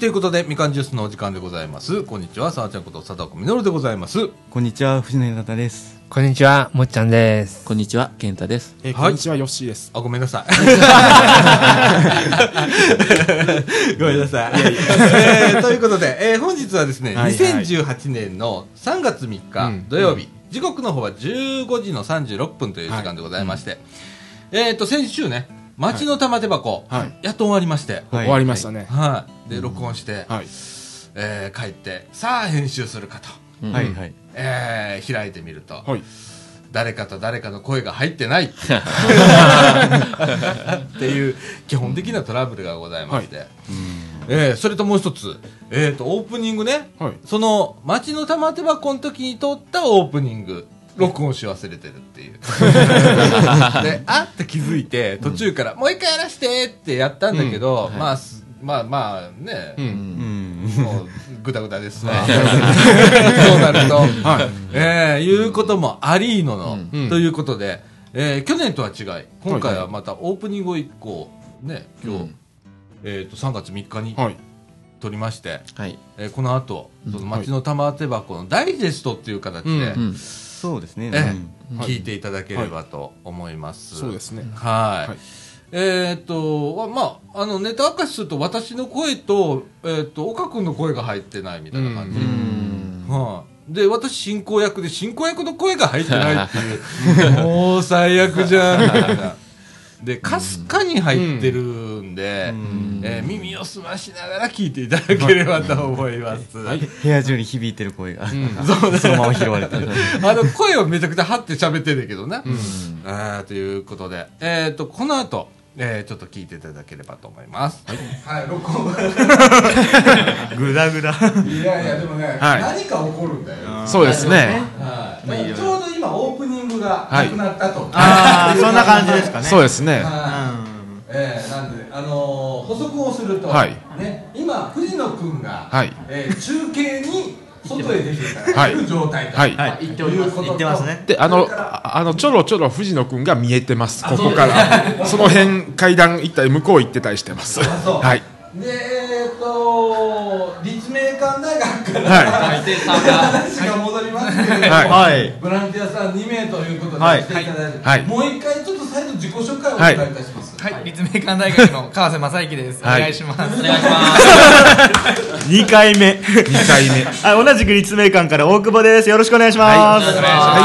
ということで、みかんジュースのお時間でございます。こんにちは、さあちゃんこと、さだこみのるでございます。こんにちは、藤野方です。こんにちは、もっちゃんです。こんにちは、健太です。えーはいこんにちは、ヨッシーです。あ、ごめんな さい。ごめんなさい。えーということで、えー本日はですね、はいはい2018年の3月3う日ん土曜日、時刻の方は15時の36分という時間でございまして、えっ、と、先週ね、町の玉手箱、はい。やっと終わりまして、はい。終わりましたね。で、録音して、はい。えー帰って、さあ編集するかと、はういんはい。えー開いてみると、はい。誰かと誰かの声が入って ないっていう基本的なトラブルがございまして、えーそれともう一つ、えー、とオープニングね、はいその町の玉手箱の時に撮ったオープニング録音し忘れてるって いうであって気づいて途中から、もう一回やらしてってやったんだけど、まあすまあまあね、うん。うん。もうぐだぐだですわ そうなると、はい。えー、いうこともありーのの、うんということで、えー去年とは違い今回はまたオープニングを1個ね今日、うんえー、と3月3日にはい。撮りまして、はい。えーこの後その町の玉手箱のダイジェストっていう形で、うんうん。そうですね。えん聞いていただければと思います。そうですね。はい、はいえーっと、まあ、あの、ネタ明かしすると、私の声と、えーっと、岡君の声が入ってないみたいな感じ。うんうんはい、で、私、進行役で、進行役の声が入ってないっていう、 もう最悪じゃんみたいな。で、かすかに入ってるんで、うんえー耳を澄ましながら聞いていただければと思います。はい。部屋中に響いてる声 が、そうねそのまま拾われてる。 あの、声をめちゃくちゃ張って喋ってるんだけどね。うんあーということで、えっとこの後、えー、ちょっと聞いていただければと思います。はい、はい、録音ぐだぐだ。いやいや、でもね、はい何か起こるんだよ。はそうですね。い、だからちょうど今オープニングがなくなったと。あ あ、そんな感じですかね。そうですはね。いえー、なんで、あのー、補足をすると、はいね、今藤野くんが、はいえー中継に外へ出ていただはいいてる状態と、はいはい、言っております。言ってますね。で、あの、ああの、ちょろちょろ藤野くんが見えてます。ここから。その辺、階段行ったり、向こう行ってたりしてます。あそうはい。でえー、と立命館大学から、は話が戻りますけれども、はいはい。ボランティアさん2名ということではい来ていただいて、はいもう一回ちょっと再度自己紹介をお願いいたします、はい、立命館大学の川瀬正幸です。おはい願いします。二回目。二回 目。はあ、同じく立命館から大久保です。よろしくお願いします。い、よ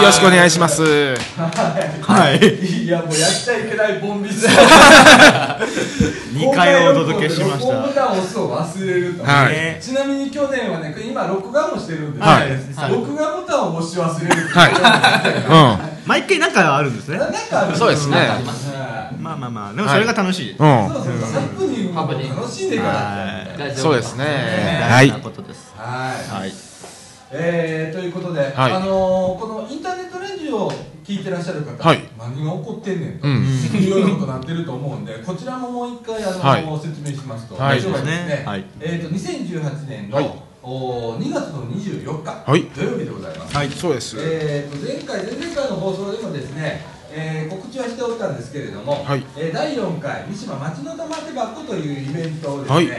ろしくお願いします。はい。い、やもうやっちゃいけないボンビス二回お届けしま公し開録音の録音ボた。タンを押すを忘れると、はいねちなみに去年はね今録画もしてるんですはいけど、録画ボタンを押し忘れるっていうは毎回なんかあるんですね。なんかあるんい。そうですね。はまあまあまあ、でもそれが楽しい。ういそうそうそうハプニングも楽しんでいかなきゃはん。そうですね。は大い事な。ことです。はいはい。えー、ということで、はいあのー、このインターネットラジオを聞いてらっしゃる方、はい何が起こってんねんと、うんいうようなことになってると思うんで、 こちらももう一回、あのー説明しますと、はい今日はですね、はいえー、と2018年の、はいお2月の24日、はい土曜日でございます。はい、そうです。えー、と前回、前々回の放送でもですね、えー告知はしておったんですけれども、はいえー第4回三島町の玉手箱というイベントをですね、はい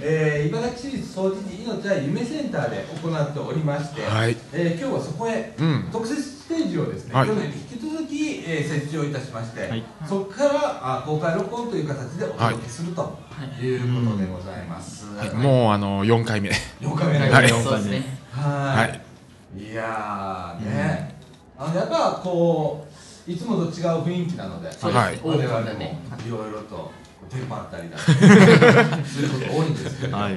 えー茨城市立総知事命は夢センターで行っておりまして、はいえー今日はそこへ、うん特設ステージをですね、はい去年に引き続き、えー設置をいたしまして、はいそこからあ公開録音という形でお届けするということでございます。もう、あの、四回目。 4回目のはいそうですね。は。はいいやーね、あのやっぱこういつもと違う雰囲気なので、うですはい我々もいろいろとテンパったりだ とかすること多いんですけれども、はい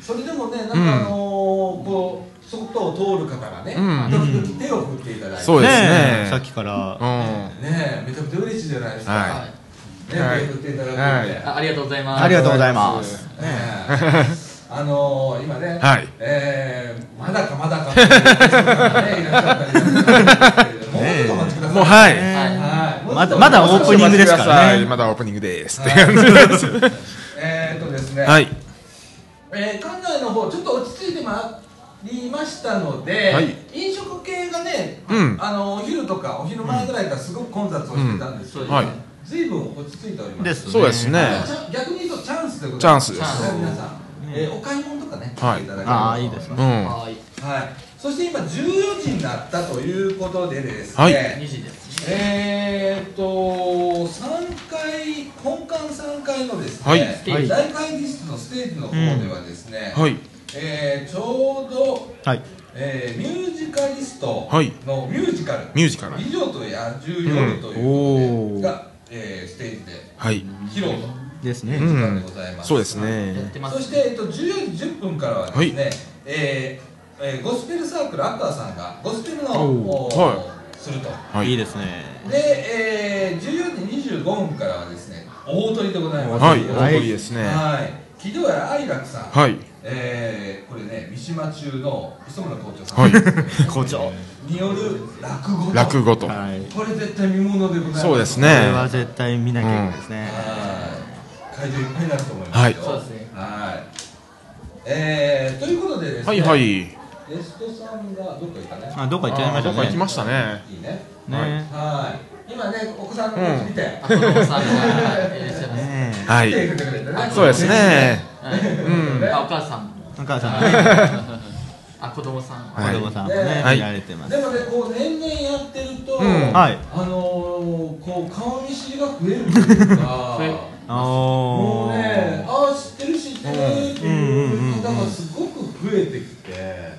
それでもね、なんかうんあのーこう外を通る方がね、うん時々手を振っていただいて、そうですねねえさっきからう。ん。ねえめちゃくちゃ嬉しいじゃないですか。はね、はい手を振っていただくので、はいあありがとうございます。ありがとうございます。ね あのー、今ね、はいえー、まだかまだかっていう方ね、いらっしゃったりするんですけれども、もうちょっとお待ちください。もう、ははい。い。もうちょまっとだまだオープニングですからね。まだオープニングです。 えーっとですね、はい。えー、館内の方ちょっと落ち着いてまいりましたので、はい飲食系がね、うんあのお昼とかお昼前ぐらいからすごく混雑をしてたんですけど、うんはいずいぶん落ち着いておりますですね。そうですね。ちゃん逆に言うとチャンスでございますチャンスです皆さん、ねえーお買い物とかね、はいしていただければああいいですねうんはい、そして今14時になったということでですね、はい時ですえー、っと三階本館3階のですね、はいはい大会議室のステージの方ではですね、はいえーちょうど、はいえーミュージカリストはいのミュージカル「ミュージカル美女と野獣夜」ということで、が、えーステージではい披露とですうねいうことでんございます。そうですねそして、えっと、14時10分からはですね、えーえーゴスペルサークルアクアさんがゴスペルのおをーはするとはいいいですねで、えー、14時25分からはですね大鳥でございますはいは大い鳥ですねはい木戸谷愛楽さん、はいえーこれね三島中の磯村校長さん、はい 校長による落語と落語とはいここれ絶対見物でございますそうですねれは絶対見なきゃいけないですねはい会場いっぱいになると思いますよはいそうですねはいえー、ということでですねはいはいゲストさんがどっか行ったねあどっか行っちゃいましあーどっか行たきねましたねいいねねはい今ねお子さんの顔見て、あとのさんがいらっしゃいます。ねえは見ていくれてねそうですねうんあお母さんも、お母さんねあ子供さんも。は子い供さんもねはい見られてますでもねこう年々やってると、うんあはいのー、こう顔見知りが増えるというかもおうねーああ知ってる知ってるっていう方がすごく増えてきて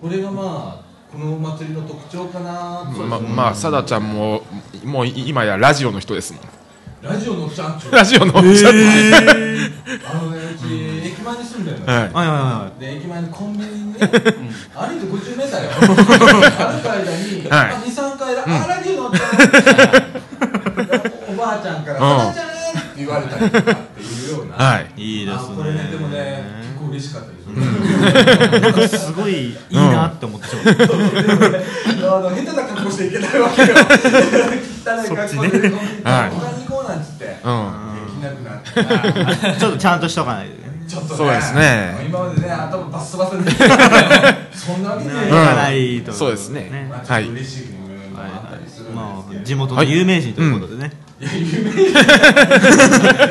これがまあこのお祭りの特徴かなとままあさだちゃんももう今やラジオの人 ですもんラジオのちゃんちゅうラジオのおっちゃんあのねうち駅前に住んでるのよははいいはいはで駅前のコンビニにね歩いて50メータ ーよ歩く間にはい23回ラあラジオ のおっちゃんって言ったらおばあちゃんから「うんおばあちゃん!」って言われたりとかっていうようなはいいいいであすねこれねでもね結構嬉しかったですなんかすごいいいなって思ってしまっ たあの下手な格好していけないわ けよ。汚い格好で、は他いに行こうなんつって、できうなくなって。 ちょっとちゃんとしとかないとねちょっとそうですね今までね、頭バッサ バサに。そんなわけねえよ行かないとそうですねまあちょっと嬉しい部分もあったりするまんあですけ地元の有名人ということでね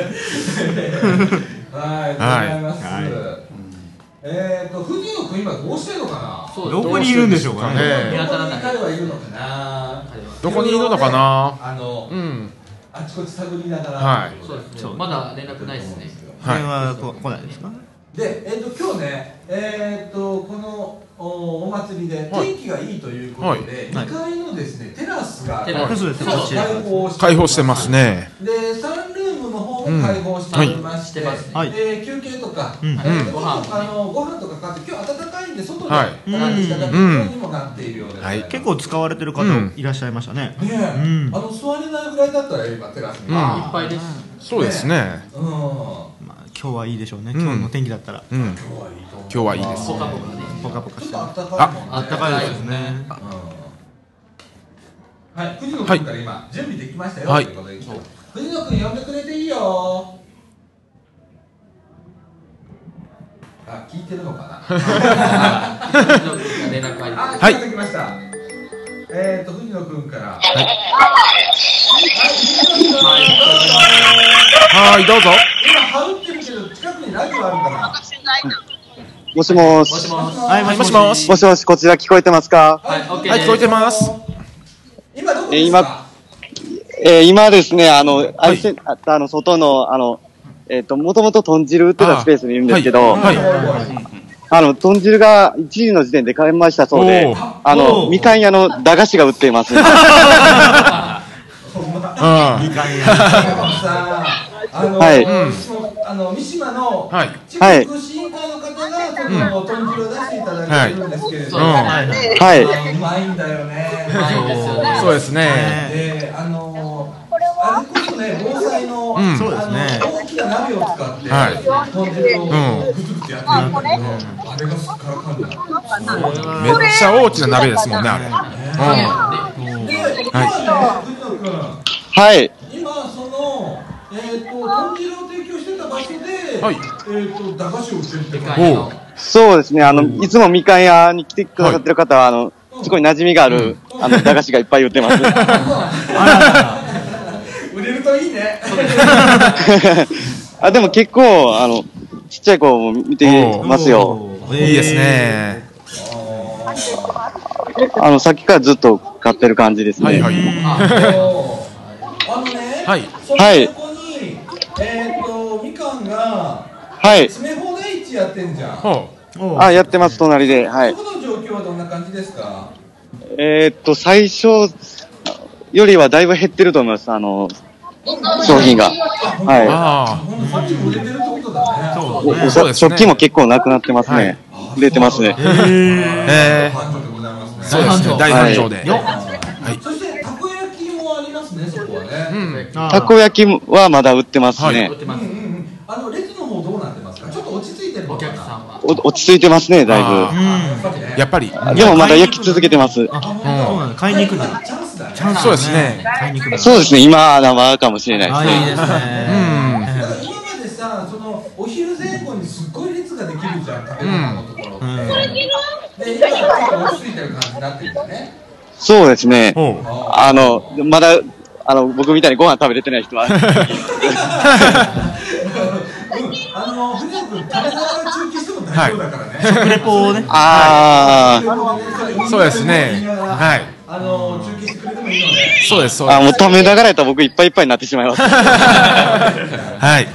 ど。はい、ありがとうごはいざいます。えっと、藤野君今どうしてるのかそうどこにいるんでしょうかねな。ね見ど当たらこなにい彼はいるのかな。どこにいるのかなあのう、んあちこち探りながら。はいそうですそうね。まだ連絡ないですね。これはこ来ないですかで、えっと今日ね、えっとこのおお祭りではい天気がいいということで、はい2階のですねテラスがテラスちょっとそうです開放して解放してます。ねで、サンルームの方も開放しておりまして、うんはいしてますねで休憩とか、んえーうんご飯あのご飯とか買って今日暖かいんで外ではい並んでいただくようにもなっているようでございます、結構使われてる方うんいらっしゃいましたねねえ、うんあの座れないぐらいだったら今テラスに。うんいっぱいです。そうですねうん。今まあ今日はいいでしょうねん今日の天気だったらうん日はいいと思う。今日はいいですポカポカね。ポカポカちょしってとる暖かいもんね。あ暖かい高いですねうんはい、藤野君から今、準備できましたよ、はいということで藤野君呼んでくれていいよあ、聞いてるのかな 連絡入ってあ、る。聞いてきました、えーと、藤野君からはい、藤野君はいどうぞ今、ハウってるけど、近くにラジオあるかもしももしし。もし。はいもしもしもしもしもし、こちら聞こえてますかなはいオッケーはい聞こえてます今どこえです今かえー今ですね、あの、あいせああの、外の、あの、えっ、と、もともと豚汁売ってたスペースにいるんですけど、はいあの、豚汁が1時の時点で買いましたそうおでー、あおの、ーみかん屋の駄菓子が売っています。はほんまうんでもさあの、はい。あの三島のはい中国市議会の方がその豚汁を出していただいてるんですけれども、はいうまいんだよね。うまいですよね。そうですねで、あのあれこそね防災の、んあのそうですね大きな鍋を使って、は豚汁をうんグツグツやってるんだけど、あれがすっからかんだ。めっちゃ大きな鍋ですもんねあれうんで、今ね、藤野君。はい。今そのえっ、と豚汁を提供してた場所で、はいえっ、と駄菓子を売ってるって世こ界のそうですね、あの、いつもみかん屋に来てくださってる方は、あの、すごい馴染みがある、あの、駄菓子がいっぱい売って ます。 と売れるといいねあ、でも結構、あの、ちっちゃい子も見てますよ。おー。いいですね。あの、さっきからずっと買ってる感じですね。はいはい。 あのね、はい。その横に、えーっと、みかんがはい。詰め放題市やってんじゃん。はあ、やってます、隣で。はいそ。この状況はどんな感じですかえーっと、最初よりはだいぶ減ってると思います、あの、商品が。はあこの3人も出てるってことだね。い。おおそうさですね食器も結構なくなってますね。出てますね。あ。ええ。繁盛でございますそうね。ですね。大大繁盛で。そして、たこ焼きもありますね、そこはね。たこ焼きはまだ売ってますね売っ。てますうんうんうん。あの、列の方どうなってますかちょっと落ち着いてるのおかな客さんはお落ち着いてますね、だいやっぱりねうんやっぱり。ぶ。でもまだ焼き続けてます。あ、そうなんだ。買いに行くな。チャンスだね。そうですね。買いに行くな。そうですね、今は生かもしれないですあ、ね。いいですだね。から今までさ、そのお昼前後にすっごい列ができるじゃん、食べ物のところって。で、今はちょっと落ち着いてる感じになってるんだね。そうですね。おうあの、まだ、あの、僕みたいにご飯食べれてない 人は。うんあの、ふにゃくん、食べながら中継しても大丈夫だからね。レポをね。あー、そうですね。い。はい。あの、中継してくれてもいいので。そうです、そうであもう食べながらやったら僕いっぱいいっぱいになってしま います。す。はい。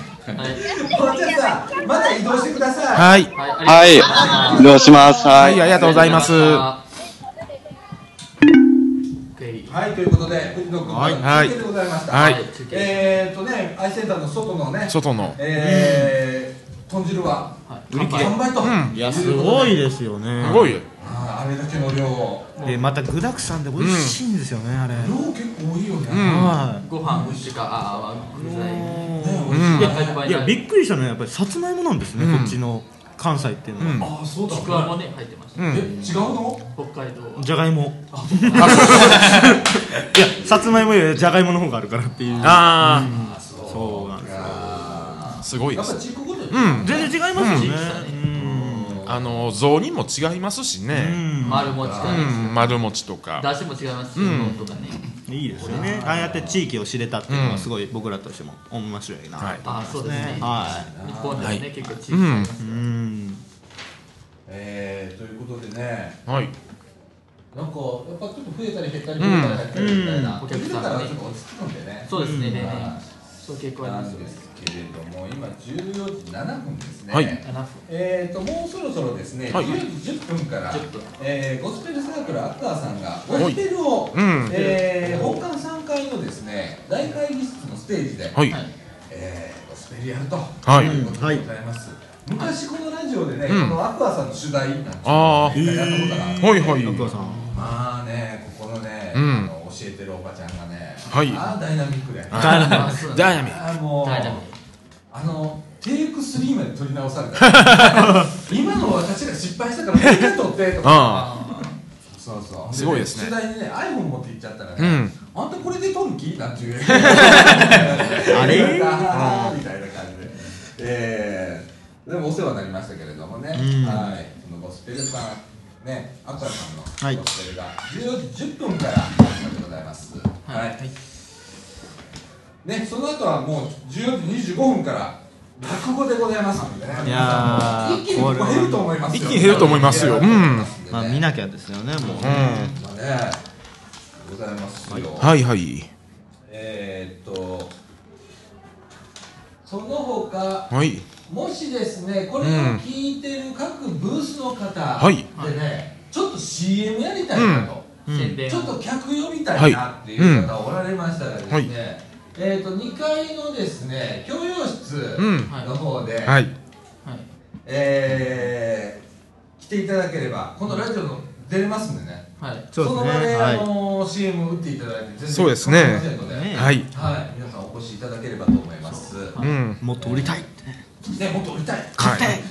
これじゃあさ、まだ移動してください。はい。ははいあ。移動します。ははいい、。ありがとうございます。ははい、ということで、藤野君、は中い継でございました。い。えーっとね、アイセンターの外のね、外の。えー、豚汁は売り切れ完売と、うんいやすごいですよね。すごいよ。あーあれだけの量量で、また具沢山で美味しいんですよね、あれ。結構多いよね、はご飯美味しいかああ具材いや。いや、びっくりしたのは、やっぱりさつまいもなんですね、うんこっちの関西っていうのは。ああそうだちくわもね入ってましたうんえ違うの北海道はじゃがいも。 いや、さつまいもよりじゃがいもの方があるからっていう。あそうなんです。あ、すごいやでっぱす。地区ごとに、うん。全然違いますよね。あの、雑煮も違いますしうね。ん丸餅うかねん、丸餅とか。だしも違いますしうどんとかねいいですよね。ああやって地域を知れたっていうのはすごい僕らとしても面白いな。はいああそうですねは日本でもね結構地域うありんま。すい。うん。えー、ということでねはい。なんかやっぱちょっと増えたり減ったり増えたり減ったりみたいな、うんお客さんがねちょっと落ち着くんでねそうですね例年はいそういう傾向なありますんよでねすけれども今14時7分ですね、はい7分えー、ともうそろそろですね、はい10時10分から10分えーゴスペルサークルアッカーさんがゴスペルを、うんえー本館3階のですね大会議室のステージで、はい。えーゴスペルやると、はいいうことでございます、昔このラジオでね、うんこのアクアさんの主題なんていうあーのをねやったことがあって、はいはい。お母さん。まあねここのね、うんあの教えてるおばちゃんがね、はいああダイナミックで、あそうなんだダイナミッあーもうダイナミッあのテイク3まで撮り直され た今の私が失敗したからもう一回撮ってとかク。あそうそうすごいですね取材にね iPhone 持って行っちゃったらね、うんあんたこれで撮る気なんていう あれあーみたいな感じで、 えー、でもお世話になりましたけれどもね、んはいそのゴスペルさんねアクアさんのはいゴスペルが10時10分から始まりでございますはい、ねその後はもう14時25分から落語でございますのでねいやー一気にここ減ると思いますよ一気に減ると思いますようんまあ見なきゃですよね、もう。あ。まあね、ございますよ。うん。はいはい。えー、っと、その他、はい。もしですね、これを聞いてる各ブースの方でね、はいちょっと CM やりたいなと、宣伝ちょっと客呼びたいなっていう方おられましたらですね、はいうんえー、っと、2階のですね、教養室うんの方で、はい。はいえー来ていただければ、このラジオの出れますんでね。はいそそうのですね場で、はあいのー CM 打っていただいて全然そうですね構いませんのでねはい。はい、皆さんお越しいただければと思います。うん。もっと売りたいってね。ね、もっと売りたい。はい。はい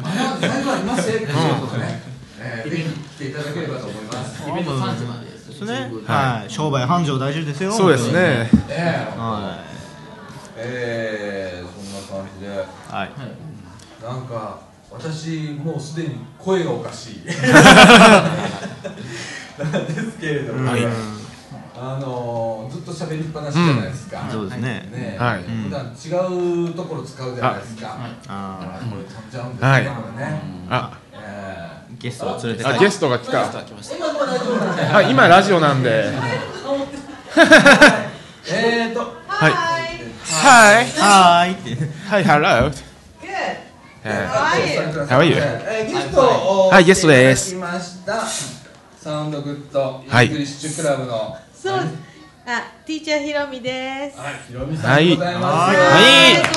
まだ在庫ありますよっていうことでね、えーぜひ来ていただければと思います。イベント3時までですですね15。時はい。商売繁盛大事ですよ。そうですえね。本当に。はー、えー、そんな感じで、い。はい。はいなんか私もうすでに声がおかしい。なんですけれども、はい。あのーもずっと喋りっぱなしじゃないですか、そうですね。ねはい普段違うところ使うじゃないですか、あこれ飛んじゃうんですよ、はいこれね、あえーゲストを連れてあゲストが来たー今のは大丈夫なんではい今ラジオなんでえーとはいはーいって。はい Hello How are you? えーゲストをはいゲストで来てすいただきましたサウンドグッドイはいングリッシュクラブのはそうです。あ、ティーチャーひろみです。はい。いひろみさんでございます、はい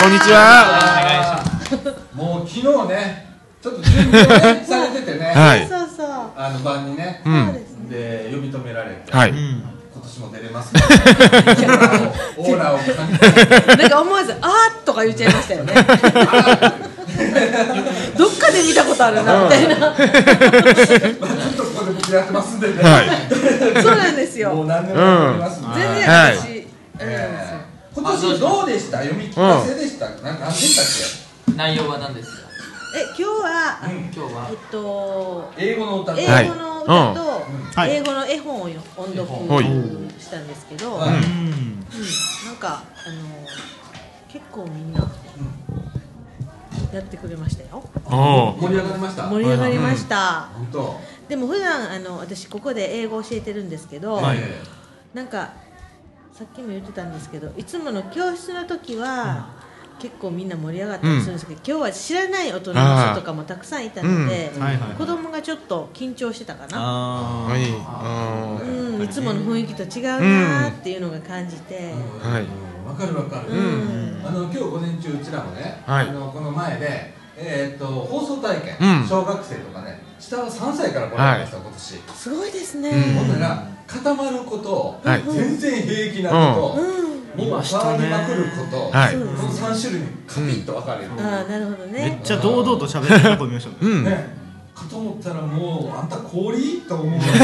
こんにちは。こんにち。はもう昨日ねちょっと準備をねされててね、はいそうそう。あの晩にね、そうですね。で呼び止められてはい今年も出れ ますねオーラをオーラを感じてなんか思わずあーっとか言っちゃいましたよね。どっかで見たことあるなみたいな。まあちょっとここで僕やってますんでね、はいそうなんですもうよ。何年もやってますんで、全然はい私、あれなんで今年どうでした読み聞かせでした、なんかあってたっ内容は何ですかすよ。え、今日は今日はえっとけ英語の歌と、英語の歌とはい英語の絵本を音はい読したんですけど、ううん、なんんうん。かあの結構みんなやってくれましたよ。お盛り上がりました盛り上がりました。本当でも普段あの私ここで英語教えてるんですけど、はいなんかさっきも言ってたんですけどいつもの教室の時は、結構みんな盛り上がったりするんですけど、今日は知らない大人の人とかもたくさんいたので、うんはいはい子供がちょっと緊張してたかな、あはいうんうん、いつもの雰囲気と違うなーっていうのが感じて、はいわかるわかる、んあの今日午前中うちらもね、はいあのこの前で、えーっと放送体験、うん小学生とかね下は3歳から来られました、今年すごいですね、ほんなら固まること、はい全然平気なこと、うんもう騒ぎまくること、はいそこうでのすね3種類にカピッと分かれる、ああなるほめどっねちゃ堂々と喋ってるとこ見ましたね。うんねかと思ったらもうあんた氷と思うキーン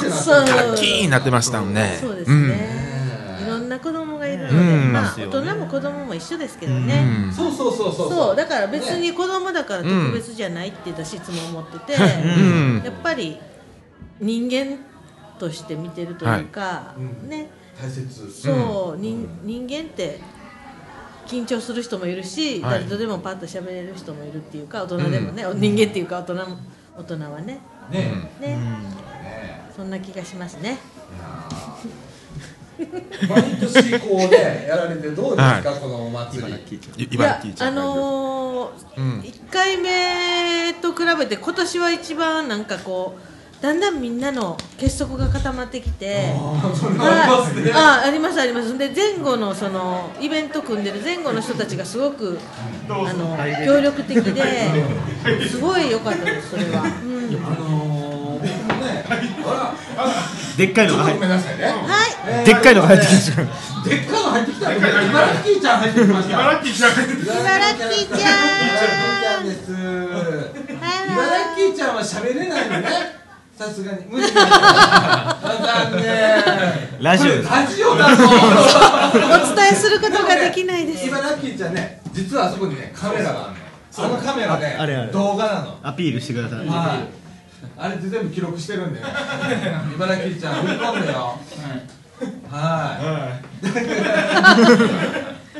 ってそなうってるキーになってましたもんねそうですね、いろねんな子供がいるので、うんままあす大よね人も子供も一緒ですけどうね、んそうそうそうそうそうだから別に子供だから特別じゃないって私いつも思ってて、んやっぱり人間として見てるというか、うんね大切そう、人人間って緊張する人もいるし、はい誰とでもパッと喋れる人もいるっていうか大人でもね、人間っていうか大人も大人はねねね、ねそんな気がしますね。毎年こうねやられてどうですかこのお祭りいいや茨城ティーチャあーがいるのーうん1回目と比べて今年は一番なんかこうだんだんみんなの結束が固まってきてああありますありますで前後のそのイベント組んでる前後の人たちがすごくあの協力的ですごい良かったですそれは、うんあのー僕もねあでっかいらちのょっがとご入っめんなさいねはいえーでっかいのが入ってきましたでっかいの入ってきた茨城キーちゃん入ってきました茨城茨城ちゃキんーちゃんです茨は城ちゃんは喋れないのね。さすがに。 無理無理残念。ラジオですラジオだ ぞ。いお伝えすることができないです茨城ちゃんね、実はあそこにね、カメラがあるの。そのカメラね、ああれあれ動画なの。アピールしてください。はい。あれで全部記録してる んでね。茨城ちゃん、振り込んでよ。は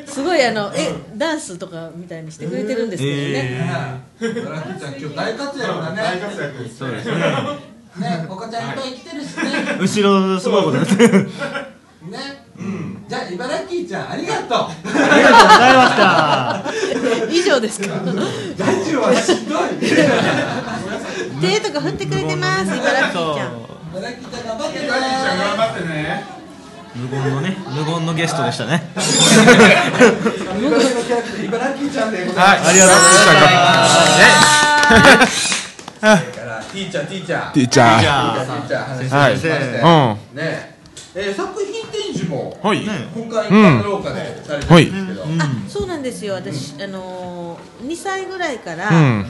すごいあのえダンスとかみたいにしてくれてるんですけどね、い。えね茨城ちゃん、今日大活躍だね。大活躍です。そうですね。ね、ここちゃんいっぱい来てるしね。後ろすごいことにな ってる。ありがとうごね。うん。じゃあ、茨城ちゃん、ありがとう。ざいました。以上ですかラジオはしんどい。手とか振ってくれてます茨城ちゃ茨城ちゃんん頑張ってね。茨城ちゃん頑張ってね。無言のね、無言のゲストでしたね。茨城のキャラクター茨城ちゃんでございます。はいありがとうございますだからティーチャーティーチャー。ティーチャじーテゃあ、ィーチャー話しはまいして。うんはねえー、作品展示もい今回の廊下でされてるんですけど。うん。あそうなんですよ私、あのー、2歳ぐらいからうん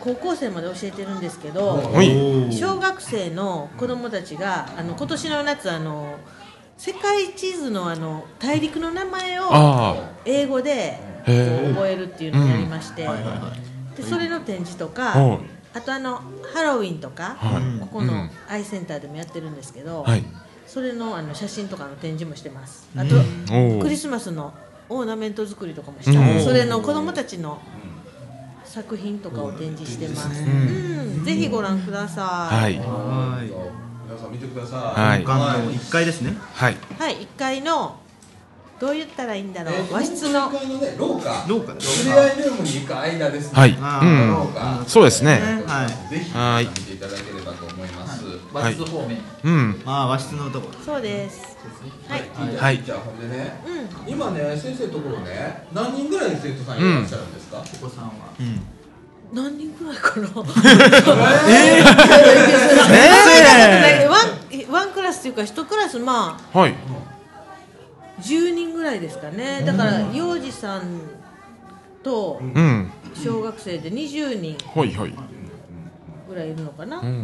高校生まで教えてるんですけど、はいおー小学生の子供たちがあの今年の夏あの世界地図のあの大陸の名前をあ英語でへー覚えるっていうのをやりまして、はいはいはいでそれの展示とか、はいあとあのハロウィンとか、はいここうのんアイセンターでもやってるんですけど、あはいそれのあの写真とかの展示もしてますあとおクリースマスのオーナメント作りとかもしちゃうそれの子供たちの作品とかを展示してます、うん、ぜひご覧ください、はいはい皆さん見てください。はい館の1階ですねはいはい、1階のどう言ったらいいんだろえうー和室のこのね廊下。廊下でふれあいルームに行く間ですね。はいあうんーそうですねはいぜひはーい見ていただければと思います。和室方面、うんまあ和室のとこそうですはい、はいじゃあほんでね。うん今ね先生のところね何人ぐらい生徒さんいらっしゃるんですか。お子さんは。何人くらいかな。ええ。 ワンワンクラスというか一クラスまあはい10人ぐらいですかね。だから幼児さんとうん小学生で20人はいはいぐらいいるのかな。んうん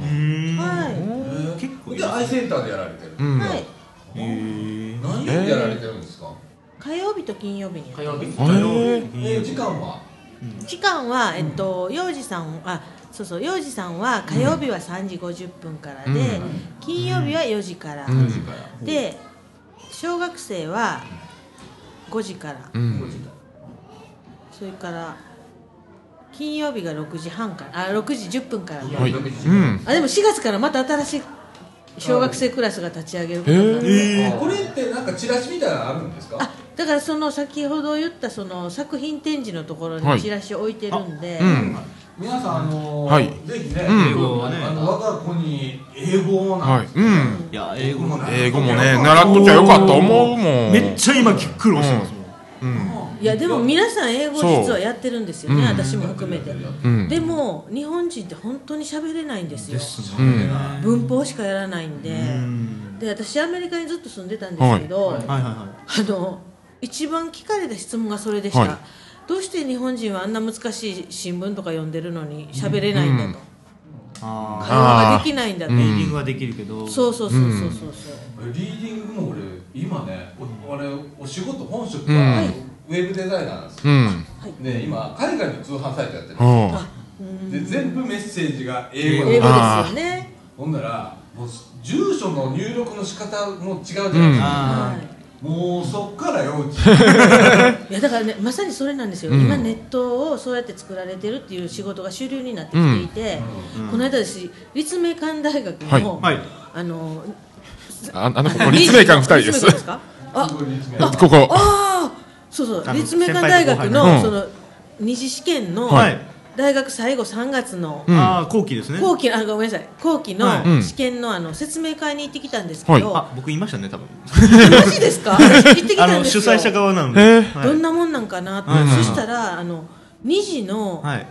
は結構いでアイセンターでやられてる。ういんはい。何曜日やられてるんですか。火曜日と金曜日に火曜日。あれえー時間は。時間はえっと幼児さんあそうそう幼児さんは火曜日は3時50分からで、金曜日は4時から。ん時間やで小学生は5時から、うんそれから金曜日が6時半からあ6時10分からはいうんあでも4月からまた新しい小学生クラスが立ち上げることになるえこれってなんかチラシみたいなのあるんですか。あだからその先ほど言ったその作品展示のところはにいチラシ置いてるんで、うん皆さんあのーはいぜひね、うん英語を英語はねあの我が子に英語をなはんいて、うんや英語もね英語もね習っときゃよかった思うもんめっちゃ今苦労してますもんうんいやでも皆さん英語そう実はやってるんですよね、うん私も含めて、うんでも日本人って本当に喋れないんですようん文法しかやらないんで、で私アメリカにずっと住んでたんですけど、はいはいはいあの一番聞かれた質問がそれでした、はいどうして日本人はあんな難しい新聞とか読んでるのに喋れないんだと、あ会話ができないんだと、ーリーディングはできるけどそうそうそうそうそうそう、リーディングも俺今ねお俺お仕事本職うんははいウェブデザイナーなんですよ、うんで今海外の通販サイトやってるおーで全部メッセージが英語英で語ですよねほんならもう住所の入力の仕方も違うじゃないですか、あはいもうそっから幼 稚いやだからねまさにそれなんですよ、今ネットをそうやって作られてるっていう仕事が主流になってきていて、この間私立命館大学の、はいはいあのああのここ立命館二人で立す命館かあ ここああそうそあのう立命館大学先輩と後輩ののその二次試験のはい大学最後3月のうんああ後期ですね後期あごめんなさい後期のはいうん試験のあの説明会に行ってきたんですけどあマ僕言いましたね多分ジですか私行ってきあたんのです主よ催者側なのえでーはいどんなもんなんかなってはいそしたらあの2次のはい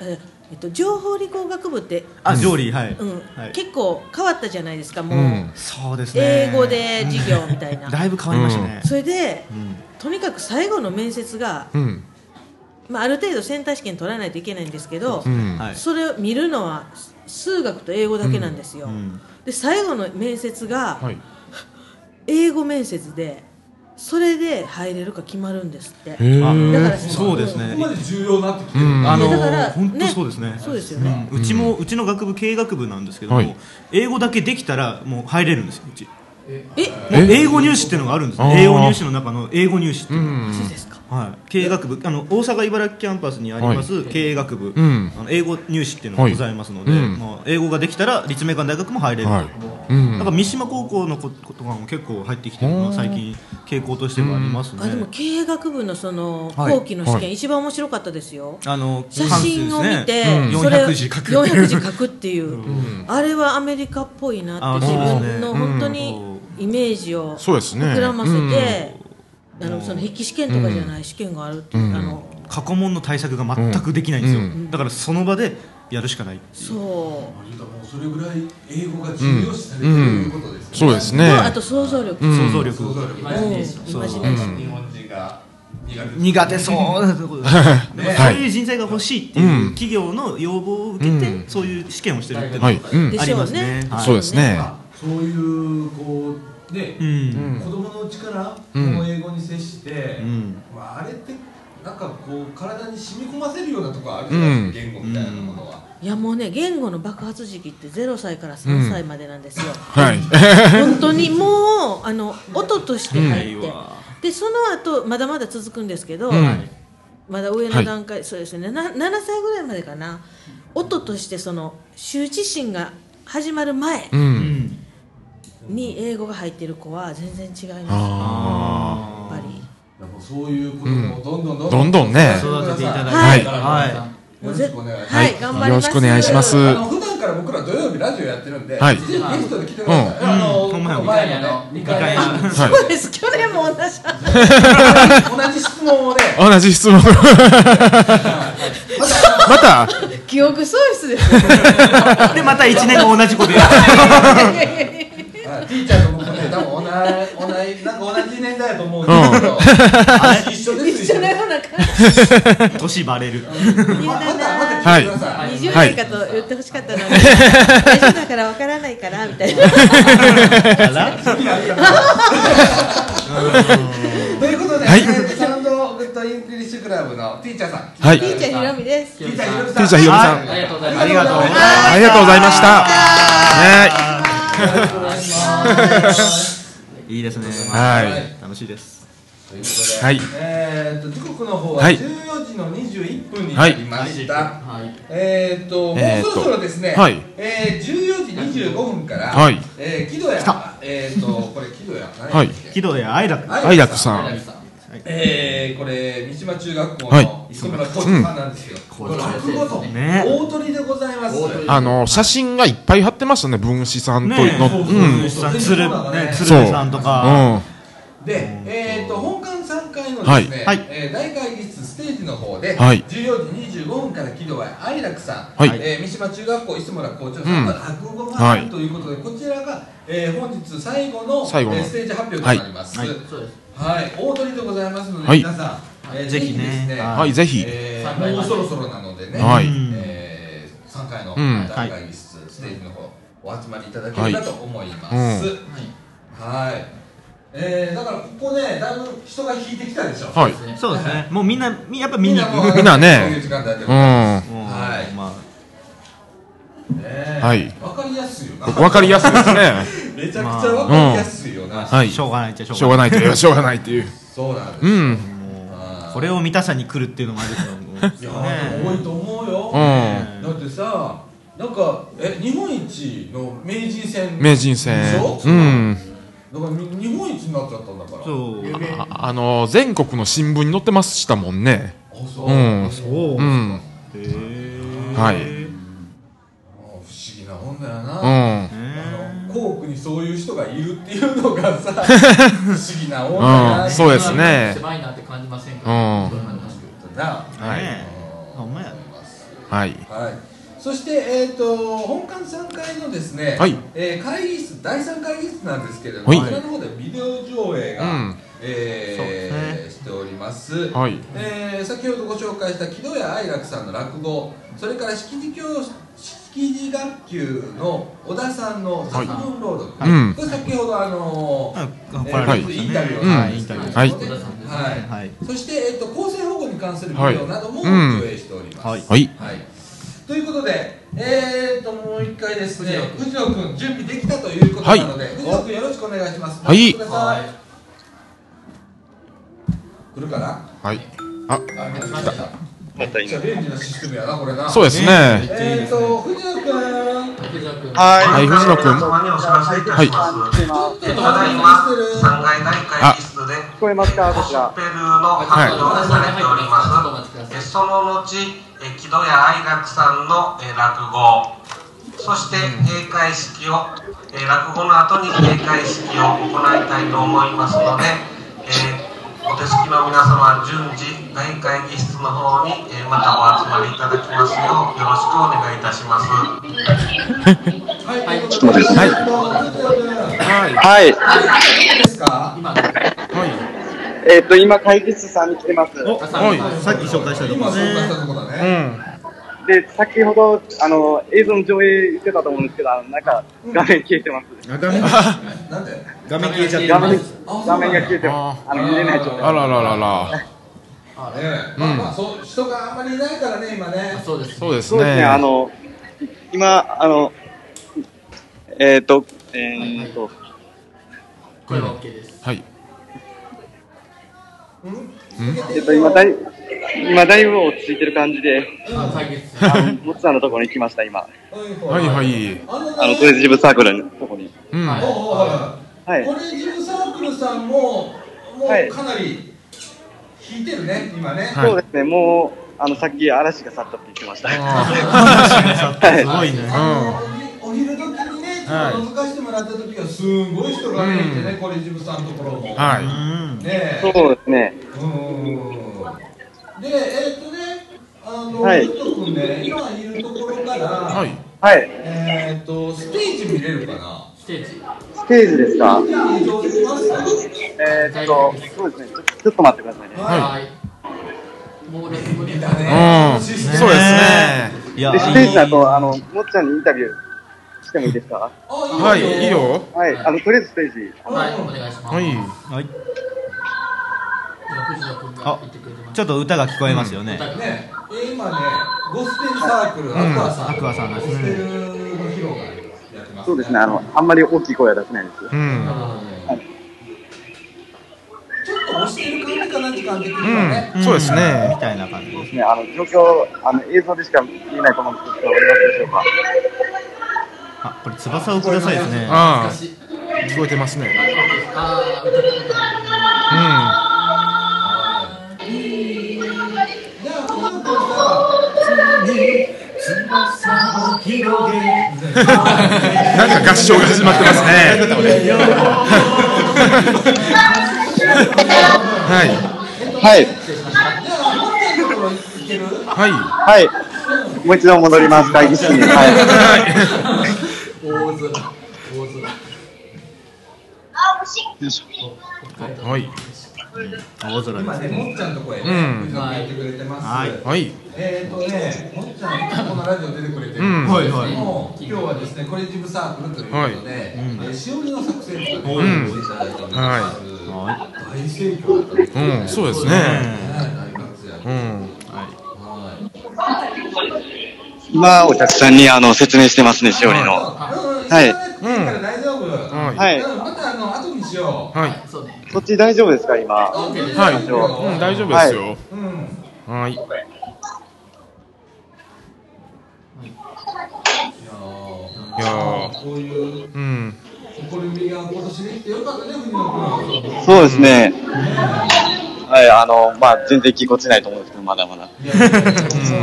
ええっと情報理工学部ってあジョーリーはいうんはい結構変わったじゃないですかうもんうそうですね英語で授業みたいな だいぶ変わりましたねそれでうんとにかく最後の面接がうんまあ、ある程度センター試験取らないといけないんですけど、うんはいそれを見るのは数学と英語だけなんですよ、うんで最後の面接がはい英語面接でそれで入れるか決まるんですってへーだからそうですこねこまで重要になってきてる、うんあのだから本当ねそうですねそうですよね、うんうちもうちの学部経営学部なんですけども、はい英語だけできたらもう入れるんですようちもえう英語入試っていうのがあるんですあーね英語入試の中の英語入試っていううのが、んそうですかはい、経営学部あの大阪茨城キャンパスにあります経営学部、うんあの英語入試っていうのがございますので、はいうんまあ、英語ができたら立命館大学も入れる、はいだから三島高校の子とかも結構入ってきてるのは最近傾向としてはありますね、あでも経営学部のそのはい後期の試験、はい一番面白かったですよあの写真を関数見て、ですねうんそれ400字書くっていう400字書くっていう、あれはアメリカっぽいなってあ自そうですね分の本当にイメージをそうですね膨らませて、うんあのその筆記試験とかじゃない試験があるっていう、あの過去問の対策が全くできないんですよ、うんうだからその場でやるしかないっていうそあれだもうそれぐらい英語が重要視されてるということですそうね、ですう、ねとあと想像力、想像力、想像力イもマジネーション。イマジうネーション日本人が苦手苦手そうなところそういう人材が欲しいってはいいううん企業の要望を受けて、うんそういう試験をしてるっていうのはがいうんであしりょまうすねね。はいそうですねまあそういうこうね、うん子供のうちからこうんの英語に接して、うんまあ、あれってなんかこう体に染み込ませるようなところあるじゃないですか、言語みたいなものは、いやもうね言語の爆発時期って0歳から3歳までなんですよ、はい。本当にもうあの音として入って、うんでその後まだまだ続くんですけど、うんまだ上の段階、そうですねな7歳ぐらいまでかな音としてその羞恥心が始まる前うん。に英語が入ってる子は全然違いあますやっぱりやっぱそういうこともどんどんどんどんどんね育てていただいて、はいはよろしくお願いしますはい、はい頑張りますよろしくお願いしますあの普段から僕ら土曜日ラジオやってるんで、はいぜひゲストで来てください。あの、うんほんまや前のね、2回の二はそうです去年も同じ話同じ質問をね、同じ質問。 また、記憶喪 失です よい、でまた1年後同じことやあティーちゃんと僕ね、多分同じ、同じ、なんか同じ年代だと思うんですけど、話 一緒です一緒よ。のような感じる年バレる言まうまた、たまなた聞いてください。 20代かと言ってほしかったのに、大丈夫だからわからないからみたいな。 ということで、はいえーとサウンドグッドイングリッシュクラブのティーちゃんさん。はい。いいちゃんひろみです。ティーちゃんひろみテさん。ィーチャーひろみさん、ありがとうございますありがとうございますありがとうございました。ねいいですねはい楽しいですということで、はいえーと、時刻の方ははい14時の21分になりました。はいえー、ともうえーとそろそろですね、はいえー、14時25分から、はいえー、木戸屋、えー、とこれ木戸屋、何はいでしたっ喜怒や愛楽け愛楽さ平ん。木さんえー、これ三島中学校はいの磯村浩二さんなんですよ、これ落語と、ね大鳥でございます。大鳥あの、写真がいっぱい貼ってましたね、文枝さんとねの。そううそううん。さん鶴ねそう鶴瓶さんとかうん。で、えー、と本館3階のですね、はいはいえー大会議室ステージの方で、はい14時25分から喜怒哀愛楽さん、はいえー三島中学校磯村校長さんの落語があるということで、こちらが、えー本日最後の最後のえーステージ発表となります、ははいいそうです大鳥でございますので、はい皆さん、えーぜひねですね、はい、ぜひ。えーもうそろそろなのでね、はいうんえー、3階のうん大会議室、ステージの方お集まりいただければと思います、はいうんはい。えー、だからここね、だいぶ人が引いてきたでしょ。はい。そうですねもうみんなみやっぱ見みんにな行くもうみんなねそういう時間帯でう。ん。もうはいまねはいわかりやすいよな。わかりやすいですね。 めちゃくちゃわかりやすいよな。あはいしょうがないっちゃしょうがないという、しょうがないっていう。そうなんです。ういん。あーこれを見たさに来るっていうのもあるけどもやねー、多いと思うよ。うんだってさ、なんかえ日本一の名人戦。名人戦でしょ。うん。だからみ日本一になっちゃったんだから。そうああの、全国の新聞に載ってましたもんね。あそう。うあん。。そううんへえはいー不思議なもんだよな。うん。あの校区にそういう人がいるっていうのが さ不思議な女だなうんそうですね狭いなって感じませんかうんそうなんですけどなはいねほんまやはい。はいそして、えー、と本館3階のですね、はいえー会議室第3会議室なんですけれども、はいこちらの方でビデオ上映が、うんそうえーでしております、はいえー先ほどご紹介した木戸谷愛楽さんの落語それから式辞教式辞学級の小田さんの作文朗読、はいうんこれ先ほど、あのーうんえ来られーまイしンたタねビューをさうんはれいてたんインタビュでーすよねはいはいはいそして、えっと構成保護に関するビはいデオなどもうん上映しております。はいはいということで、えー、ともう一回ですね、藤野君、準備できたということはいなので、藤野君、よろしくお願いします。はい待ってください来るかなはい。あ、あ、来ました。またじゃあ便利なシステムやな、これな。そうですね。えー、と藤野君、ちょ池澤君はい、藤野くん。はい。っと話してる。あ、聞こえますか、こちら。はその後、えー木戸谷愛楽さんの、えー落語、そして閉会式を、えー落語の後に閉会式を行いたいと思いますので、えーお手すきの皆様、順次、大会議室の方に、えーまたお集まりいただきますよう、よろしくお願いいたします。はい、ちょっと待って。はい。い。はい。ですか今えっと、今、会議室さんに来てます。おはいさっき紹介したとこ今紹介しねたとこだうね。ん。で、先ほど、あの、映像の上映言ってたと思うんですけど、あのなんか、画面消えてます。画面なんで画面消えちゃって画ます面、あ画面が消えてます。あの、見れない状態。あらららあら。ね、まあまあそう人があんまりいないからね今ねそうですそうですそうですね、あね。の、今、あの、えっ、と、えー、と、これは OK です。はい。えっと、今だい、今だいぶ落ち着いてる感じで、今解決する。あの、もつさんのところに来ました、今。はいはい。あのあの、ねトレジブサークルのとこに。うん。はいおうおうははいいこ。れジムサークルさんももはいうかなり引いてるね今ねはいそうですね、もう、あの、さっき嵐が去ったって言ってました。すごいね。あのおお昼時にね、ちょっと覗かせてもらった時は、すんごい人が見えてね、これジムさんのところも。はい。うん。ねえ。そうですね。うーん。で、えーっとね、あの、はいゆうとくんね、今いるところから、はい。はい。えーっと、ステージ見れるかなステージ。ステージですか移動できますかえー、っと、そうですね。ちょっと待ってくださいね。はいはい。もう六分だね。うん。そうですね。いやで、ステージだと、あの、もっちゃんにインタビューしてもいいですかあ、はいいよい。いい。よ。はい。あの、とりあえずステージ。はい、お願いします。はい。はい藤田君が言ってくれてます。ちょっと歌が聞こえますよね。ねえ、今ね、ゴスペルサークル、アクアさん、アクアさんゴでスすねペルの広がやってます、そうですね。あの、あんまり大きい声は出せないです。うん。ちょっと押してる感じかな時間的にはね、うんそうですねみたいな感じです。ね、あの、状況、あの、映像でしか見えないと思うんですけど、お願いでしょうか。あ、これ翼をくださいですね。あ難しい。あ、聞こえてますね。ああ、歌ったことない。うん。じゃあ、この子さ、なんか合唱が始まってますね。 じゃあ、もっははい。ちゃんのところ行けるい。ははい。もう一度戻ります、会議室に。はい。大空。大空。い。はい。大空で今す。ね、もっちゃんのとこへ、うね、ん。向いてくれてます。はいはい。えーとね、もっちゃん、このラジオ出てくれてる、うんはいはいもう今日はですね、コレジブサークルということで、えーしおりの作戦とかをんしていただいております。は大盛況だったんですね、うん。そうですね。大活躍。うん。はい。今、お客さんに、あの、説明してますね、しおりうん、の。は行かなくていいいから大丈夫。はい。はいうんまたあの後にしよはい。そうね。そっち大丈夫ですか、今。オッケーです。はい。大丈夫うん、大丈夫ですよ。う。うん。はい。いやーいやーこういううん。誇りが今年できてよかったね、藤野君。そうですね。はい、あの、まあ、全然ぎこちないと思うんですけど、まだまだ。いやいやいやも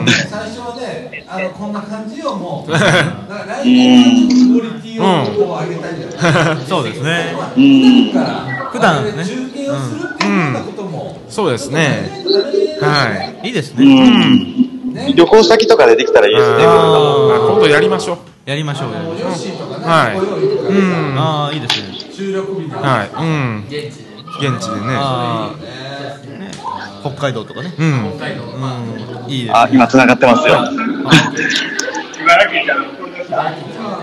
うね最初はね、あのこんな感じよ、もう。だから来年のクオリティをこう上げたいじゃないい。そうですね。うん。から、普段ね我々中継をするっていうようなことも、そうですね。ははい。いいですうね。ん。い。ね、旅行先とかでできたらいいですね。あーあ今度やりましょう。やりましあょうよ。のヨッシーとかね、はいご用意とかうでさ、ん。はああ、いいですね。う収録日の、い。うん。現地でね。現地でね。あね、あ、北海道とかね。うん。北海道。まうん、いいですあ、今、繋がってますよ。ね。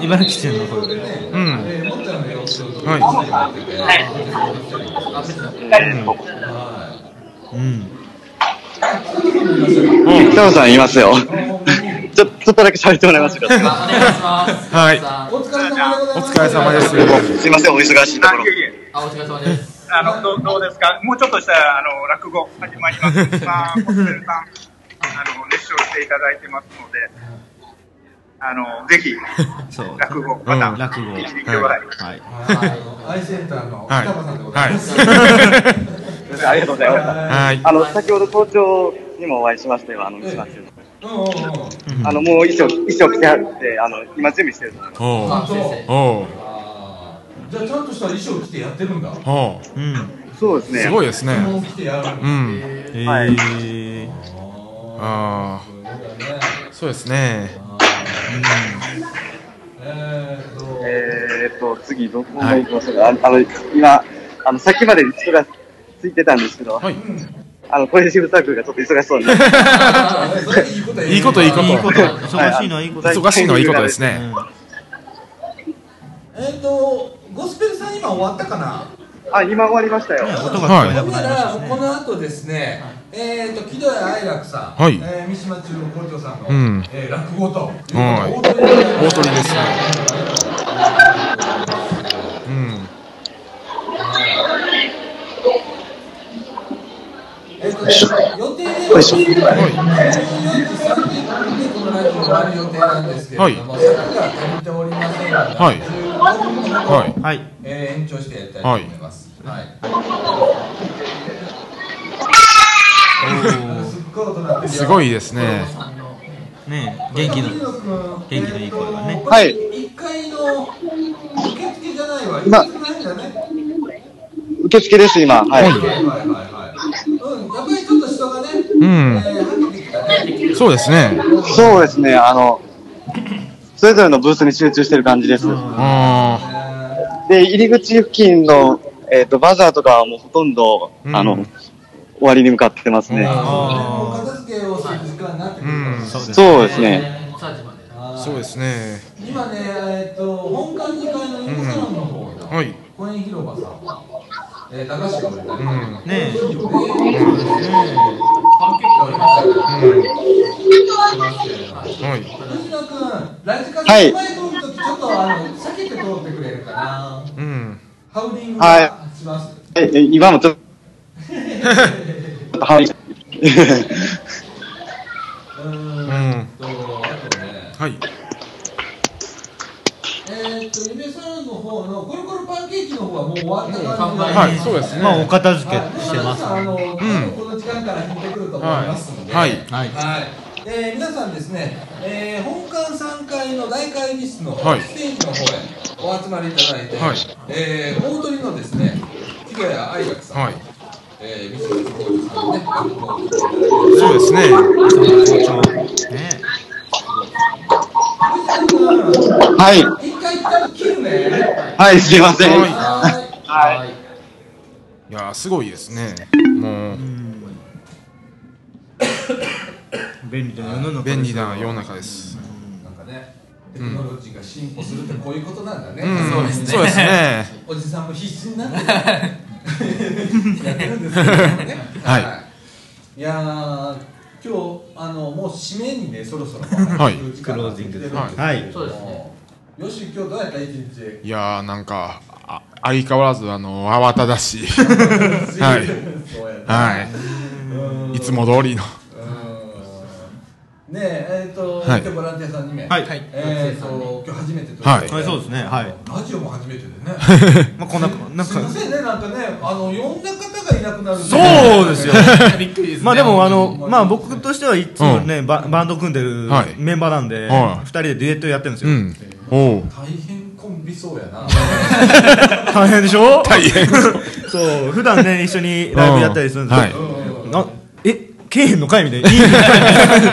茨城県の方で。うん。えー、もっちゃんの様子をどうぞはい。あ、別に。うん。北野さんいますよ。ちょ、ちょっとだけ喋ってもらいますか。あお願いします。はいさお疲れ様でございます。お疲れ様です。すいません、お忙しいところ。あ、お疲れ様です。あのどうどうですか、もうちょっとしたらあの落語始まります、まあ、小鶴さんあの、熱唱していただいてますので、あのぜひ、そう。落語、また、うん落語。聞いてください。ははいい。アイセンターのはい。北野さんでございます。ありがとうございました。はい。あの、先ほど校長にもお会いしましたよ、あの、三島先うんうんうん。生。あの、もう衣装、衣装着てあって、あの、今準備してると思います。おうあ、先生。おうあーじゃあちゃんとした衣装着てやってるんだ。おううん。そうですね。すごいですね。もう着てやるんうだ。ん。えーはいあそうだね。あ、そうですね。えーっと、 えーっと、次、どこまで行きましょうか。あの、今、あの、さっきまで人がついてたんですけど、はい。あの、コレジブサークルがちょっと忙しそう に。あーそれいいことやいいこといいこいいこと、忙しいのはいいこと。忙しいのはいいことですね。えーっと、ゴスペルさん今終わったかなあ、今終わりましたよ。音が聞こほんなえなくなりましたら、ね。この後ですね、えーと木戸谷愛楽さん、はいえー三島中の校長さんの、うんえー落語ということではい大鳥で大鳥ですねうんえーとですね予定では14時30分でこのラジオ終わる予定なんですけれども、はい尺が足りておりませんので、はい15分ほど、はいはいえー延長してやりたいと思います。はいすっごい音鳴ってるよすごいですねねえ元気の水野君元気のいい声がねはい一階の受付じゃないわ。今受付ないんだね。受付です、今。ははいい。はいはい。うん、やっぱりちょっと人がね、うえんー、はけてきたね。そうですねそうですね、あの、それぞれのブースに集中してる感じです。あで、入り口付近の、えっ、と、バザーとかはもうほとんど、うんあの、終わりに向かってますね。もう片付けをする時間になってくるから。うんそうですね。おさじまで。あそうですね今ね、えっと、本館2階のインドサロンの方の、はい公園広場さん。えー、流してくれたりとか。うんねえそうですね。パンケーキがありましたから。はい藤野君、ラジカセの前通るとき、ちょっとあの避けて通ってくれるかな。うんハウリングはいがします。え、え今もちょっと、 はい。 ううーんんと、あとね、はいえーっと、夢サロンの方のコロコロパンケーキの方はもう終わった感じなんで。はいそうですねまあお片付けはい、してます皆さん、あの、んこの時間から引いてくると思いますのはいで。はいはいはい、えー皆さんですね、えー本館3階の大会議室のステはいージの方へお集まりいただいて、はいえー大鳥のですね、木戸谷愛楽さん、はいえー、三島浩二さんね、あのそうですねねえ藤田君、は一回一旦切るね。い。はい、すいません。ははいはい。いいやーすごいですねもう便利な世の中便利な世の中ですなんかね、テクノロジーが進歩するってこういうことなんだね。うんそうですねそうですねおじさんも必死になってやってるんですけどね。はいい。いやー今日あのもう締めにねそろそろ。はいクロージングです。はいはいそうですね。よし今日どうやった一日。いやーなんかあ相変わらずあの慌ただ しいはいそうやね。はいいつも通りのうーんねええっ、と、はいボランティアさん2名。はいえっ、と今日初めてということはいではいそうですねはいラジオも初めてでね。まあこんななんすいまかせんねなんかねあの呼んだ方がいなくなるんで。そうですよびっくりですね。まあでもあの、まあ僕としてはいつもね、ババンド組んでるはいメンバーなんで、二はい人でデュエットやってるんですうよ。んおう大変コンビそうやな。大変でしょ大変そう、普段ね、一緒に ライブやったりするんですけど、うんなえ、けえへんのかいみたいな。いいみたいな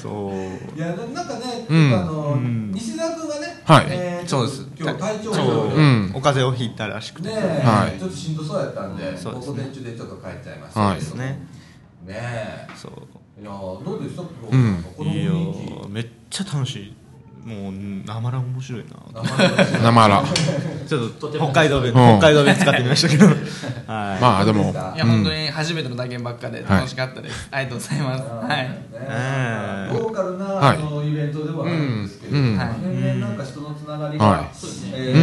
そう。いやななんかね、うんあの、ん西澤君がね、はいえーそうです今日体調そ不良う、うでんお風邪をひいたらしくて。ね、はいちょっとしんどそうやったんで、そうです午ね前中でちょっと帰っちゃいましたけど、はいねえ、そう。いやどうでした、今日うんこのいいよ雰囲気。。めっちゃ楽しい。もう、なまら面白いな。生らちょっとても北海道弁、ん北海道弁使ってみましたけど。はい。まあでもあいや、本当に初めての体験ばっかで楽しかったです。ありがとうございます。はい。ねうんローカルな、はいあのイベントではあるんですけれど、うもんうん年々なんか人のつながりが、はいえ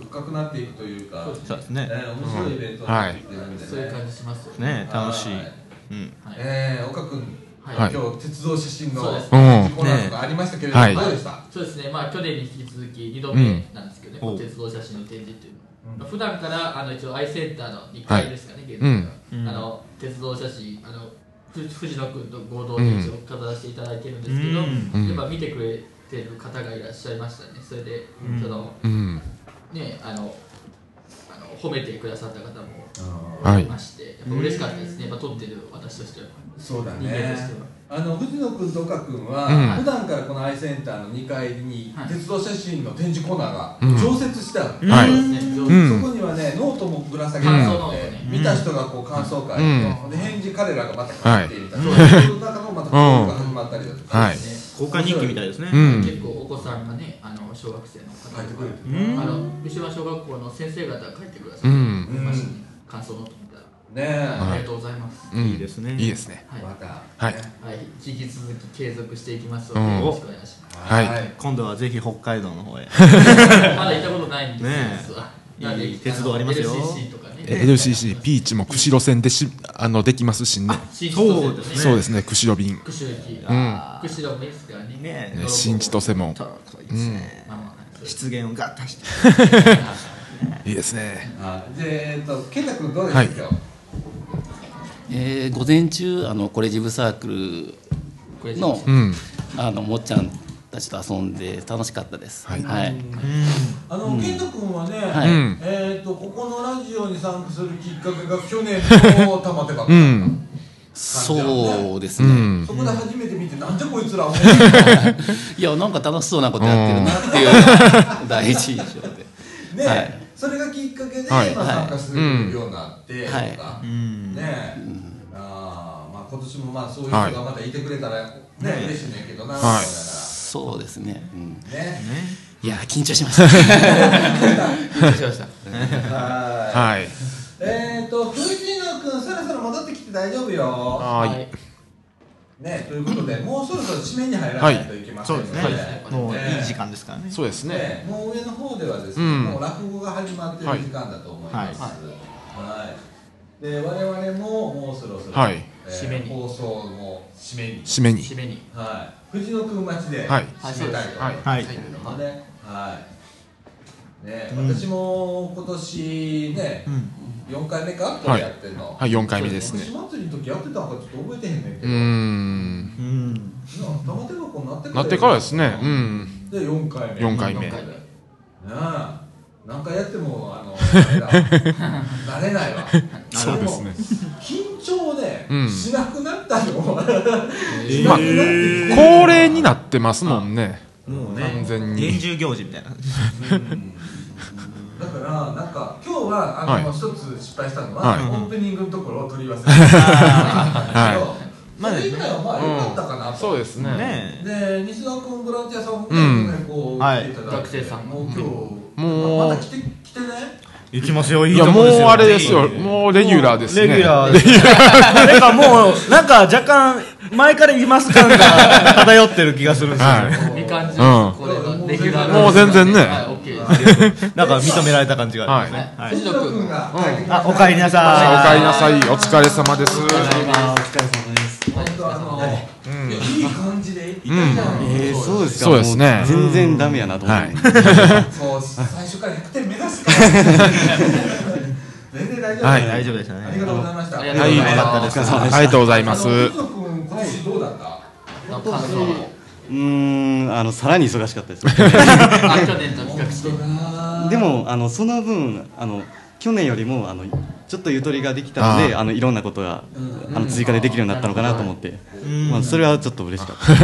ー深くなっていくというか、そうですえね。ー面白いイベントになってきてるんでね。そういう感じしますよね。ね楽しい。うん。えー岡君、は今い日鉄道写真のそうです事故なんかがありましたけれども、ねえどうでした、そうですね、まあ、去年に引き続き2度目なんですけどね、うんこの鉄道写真の展示っていうのは、普段からあの一応、アイセンターの1は階いですかね、現うん在あの鉄道写真あの、ふ藤野君と合同で一応飾らせていただいてるんですけど、うやっぱ見てくれてる方がいらっしゃいましたね、それで、そのうんねあのあの褒めてくださった方はもいいまして、やっぱ嬉しかったですね、やっぱ撮ってる私としては。そうだ人間としてねはあの藤野君と岡君は、うん普段からこのアイセンターの2階にはい鉄道写真の展示コーナーがうん常設してある、はそういですね上手うんそこにはねノートもぶら下げて感想あノっーてトね、見た人がこう感想会と、うで返事彼らがまた書いてみたいな、その中のまた交流が始まったりだとか、はいね交換日記みたいですね。うん結構お子さんがねあの小学生の方書いてとくかれてあの三島小学校の先生方が書いてくださうってんましたね感想のと見たらねえはいありがとうございますうんいいですねいいですねはいまたはいはい引き続き継続していきますうのでんよろしくお願いしますはい今度はぜひ北海道の方へまだ行ったことないんですね実はえなんでいい鉄道ありますよ LCC とかねえ LCC ピーチも釧路線でしあのできますしね新千歳とかそうですね釧路便釧路駅うん釧路もいいですからねねね新千歳もうんまあまあ出現をガッとしていいですねで、えっと、健太君どうではいすか、えー午前中あのコレジブサークルの,、うんあのもっちゃんたちと遊んで楽しかったです。はい、あの、健太君はね、はいうんえっと、ここのラジオに参加するきっかけが去年の玉手箱、うんそうですうね、んそこで初めて見て、なんじゃこいつら思う いやなんか楽しそうなことやってるなっていう 第一印象で。ね、はいそれがきっかけで、はいまあ、参加するようになって、とか、はいね、あーまあ今年もまあそういう人がまたいてくれたらね、嬉しいねんけどな、はいそうですね。うん、そうだからね。いや緊張しました。緊張しましたははいい。えっと藤野君そろそろ戻ってきて大丈夫よ。はいねということでもうそろそろ締めに入らないといけませんので、はいねもういい時間ですからねそうですねねもう上の方ではですね、うんもう落語が始まってる時間だと思います。はい。で我々ももうそろそろ、はいえー締めに放送も締めに。締めに締めにはい、藤野君待ちではい締めたいと思いますけれどもね、はいねうん私も今年ね、うん四回目かこはれいやってんの、はい4回目ですね年祭りの時やってたのかちょっと覚えてへんねんけど、うんうんな玉手箱になってからなってからですねうんで四回目四回目ねえ何回やってもあのあれだ慣れないわ そうですでもね緊張ね、うんしなくな ったのしまなあくなってきて恒例になってますもんねもうね完全に厳重行事みたいなだからなんか今日はあの、はい一つ失敗したのは、はいオープニングのところを取り忘れた、はい、まあねそれ以外はまあ良かったかなと、そうですねねで西田君ボランティアさんもねこう来ていただいて、はい学生さんもう今日、もうまた来て来てね行きますよいいいやともこうですよあれですよぜひもうレギュラーですねレギュラーですなんかもうなんか若干前からいます感が漂ってる気がするんですよねはい感じうんこれはレギュラーもう全然ねはい OK ですなんか認められた感じがあるんですね、はい藤西野田君君が帰ってきまあしたおかえりなおさ帰りなさいお疲れ様です本当あの、いやいい感じでいたじゃん、えー、そうですかそうですねも全然ダメやなと思って、そう最初から100点目指すから全然大丈夫、はいい大丈夫でしたありねがとうございましたありがとうございましたはよいかったですありがとうございますあの藤野君今年どうだった、感想をうーんあのさらに忙しか ったですあ去年と比較してでもあのその分あの去年よりもあのちょっとゆとりができたのであのいろんなことが、あの追加でできるようになったのかなと思って、まあ、それはちょっと嬉しかったうんい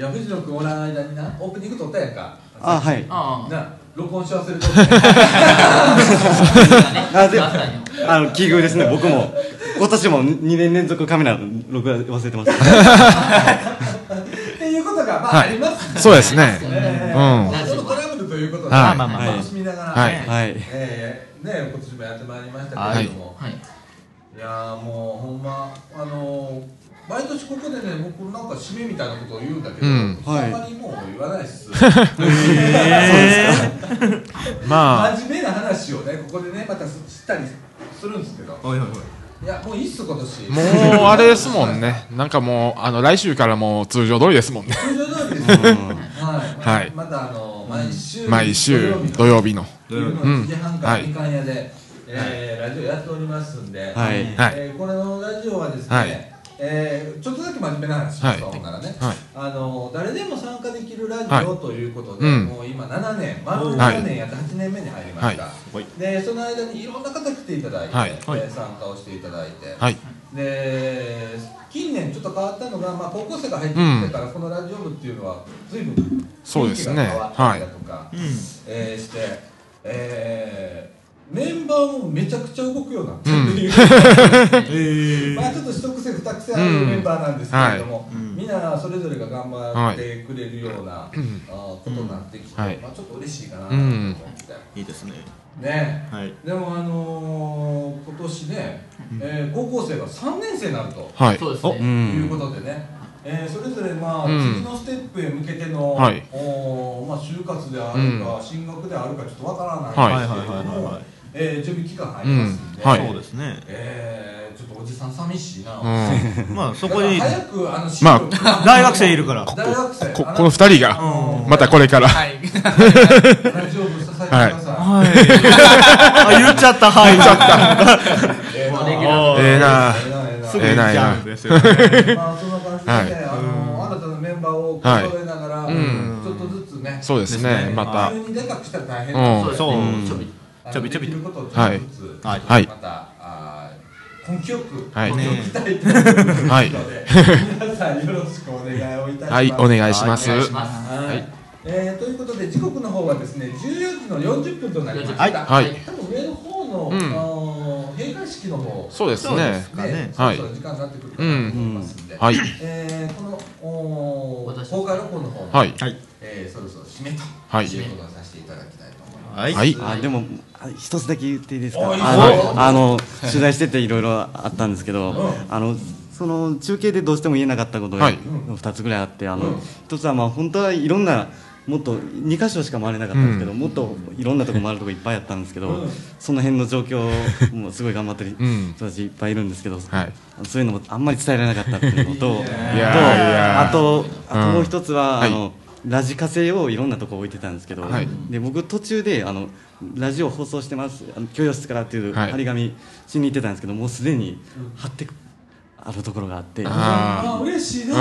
や藤野君おらん間になオープニング撮ったやんかあはいあな録音し忘れとったああでまさにあの奇遇ですね僕も今年も2年連続カメラ録画忘れてましたっていうことがまあ、はいありますねそうですねえうーん今年もトラブルということで、はいまあまあまあ楽しみながら、はいはいえーね今年もやってまいりましたけれども、はいい、やーもうほんまあのー毎年ここでね僕なんか締めみたいなことを言うんだけど、うんあんまはりもう言わないっ す、まあ真面目な話をねここでねまたしたりするんですけどおいおいおいいやもういいっす今年もうあれですもんねなんかもうあの来週からもう通常通りですもんね通常通りですよはい、はいまたあの毎週毎週土土曜曜日の日のうん1時半からはいみかん屋で、えーラジオやっておりますんで、はいえーこれのラジオはですね、はいえーちょっとだけ真面目な話しますわ、はいほんならね、はいあの誰でも参加できるラジはいオということで、うんもう今7年丸はい7年やって8年目に入りました、ははいでその間にいろんな方来ていただいて、はいえはいー参加をしていただいて、はいで近年ちょっと変わったのが、まあ、高校生が入ってきてから、このラジオ部っていうのは随分雰囲気が変わったりだとか、うんえーして、えーメンバーもめちゃくちゃ動くようになったうん っていうへーまあちょっと一癖二癖あるメンバーなんですけれども、うんはいうんみんなそれぞれが頑張ってくれるような、あーことになってきて、はいまあ、ちょっと嬉しいかなとう思っんて、いいですねねはいでもあのー今年ね、えー高校生が3年生になると、はいそうですおねうんいうことでね、えーそれぞれまあ、うん次のステップへ向けての、はいおーまあ、就活であるか、進学であるかちょっとわからはいないですけれどはいはいはいもはい、えー準備期間入りますんで、うんはいそうですねえーちょっとおじさん寂しいな、うんまあそこにだから早くあのまあ進 路大学生いるから大学生こここの二人がうんまたこれからはいラジオ部支えてくださいはいはいあ言っちゃったはい言っちゃったええなええなすぐええなええなですよねまあそんな感じでね、はいあの新たなメンバーをはい揃えながら、うんちょっとずつねそうですねですまた急にでかくしたら大変うんそうちちょょびびちちょょびびちょびでちょびきることをちょっとずつ、はいはいまたあー根気よくはい根気よくいきたいと思いますので、はい皆さんよろしくお願いをいたしますはいお願いしますはいお願いしますはいはいえーということで時刻の方はですね14時の40分となりました、はいはい多分上の方の、うんあの閉会式の方そうですねそろはいそろ時間になってくるかなと思いますんで、うんはいえーこのおー公開録音の方も、はいえーそろそろ締めと、はいいうことにさせていただきたいと思います、はいあでもあ一つだけ言っていいですかおいいよあはいのあの取材してていろいろあったんですけど、あのその中継でどうしても言えなかったことがはい2つぐらいあって、あの一つはまあ本当はいろんなもっと2箇所しか回れなかったんですけど、うもっといろんなとこ回るとこいっぱいあったんですけど、うんその辺の状況もすごい頑張ってるうん人たちいっぱいいるんですけど、はいそういうのもあんまり伝えられなかったっていうのといやーいやーあとあともう一つは、はいあのラジカセをいろんなとこ置いてたんですけど、はいで僕途中であのラジオ放送してますあの教養室からっていうはい張り紙しに行ってたんですけど、もうすでに貼ってあるところがあってあーあー嬉しいな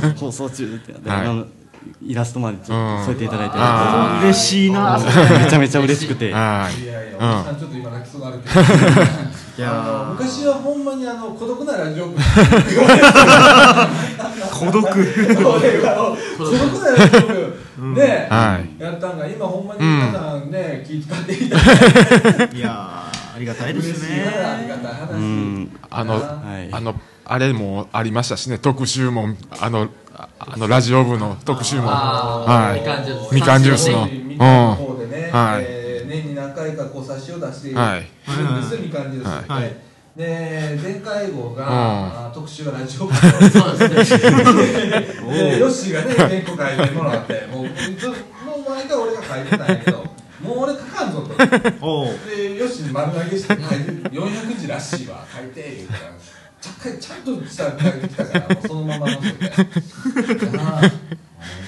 もう放送中ってなって、はいあのイラストまでちょっと添えていただいて、あー嬉しいなめちゃめちゃ嬉しくてはいいやいや、おうんじさんちょっと今泣きそうになるけどいやーあの昔はほんまにあの孤独なラジオ部孤独俺は孤独なラジオ部、うんね、はやったんが今ほんまにうん皆さんね、気遣っていただいていやーありがたいですね嬉しいなありがたい話、うんあの、はいあのあれもありましたしね特集もあのああのラジオ部の特集もあはーいみかんジュースみかんジュースの三種類みかんの方でね、うんはいえー年に何回かこう冊子を出しているはいんですよ、みかんジュースって。はいで前回号が、うんあー特集はラジオ部そうですねでヨッシーがね 原稿書いてもらってもうずもう毎回俺が書いてたんやけ どもう俺書かんぞとでヨッシーに丸投げして書いて400字らしいわ書いて言うからちゃっかりちゃんとした書いてきたからもうそのままのせ てなあ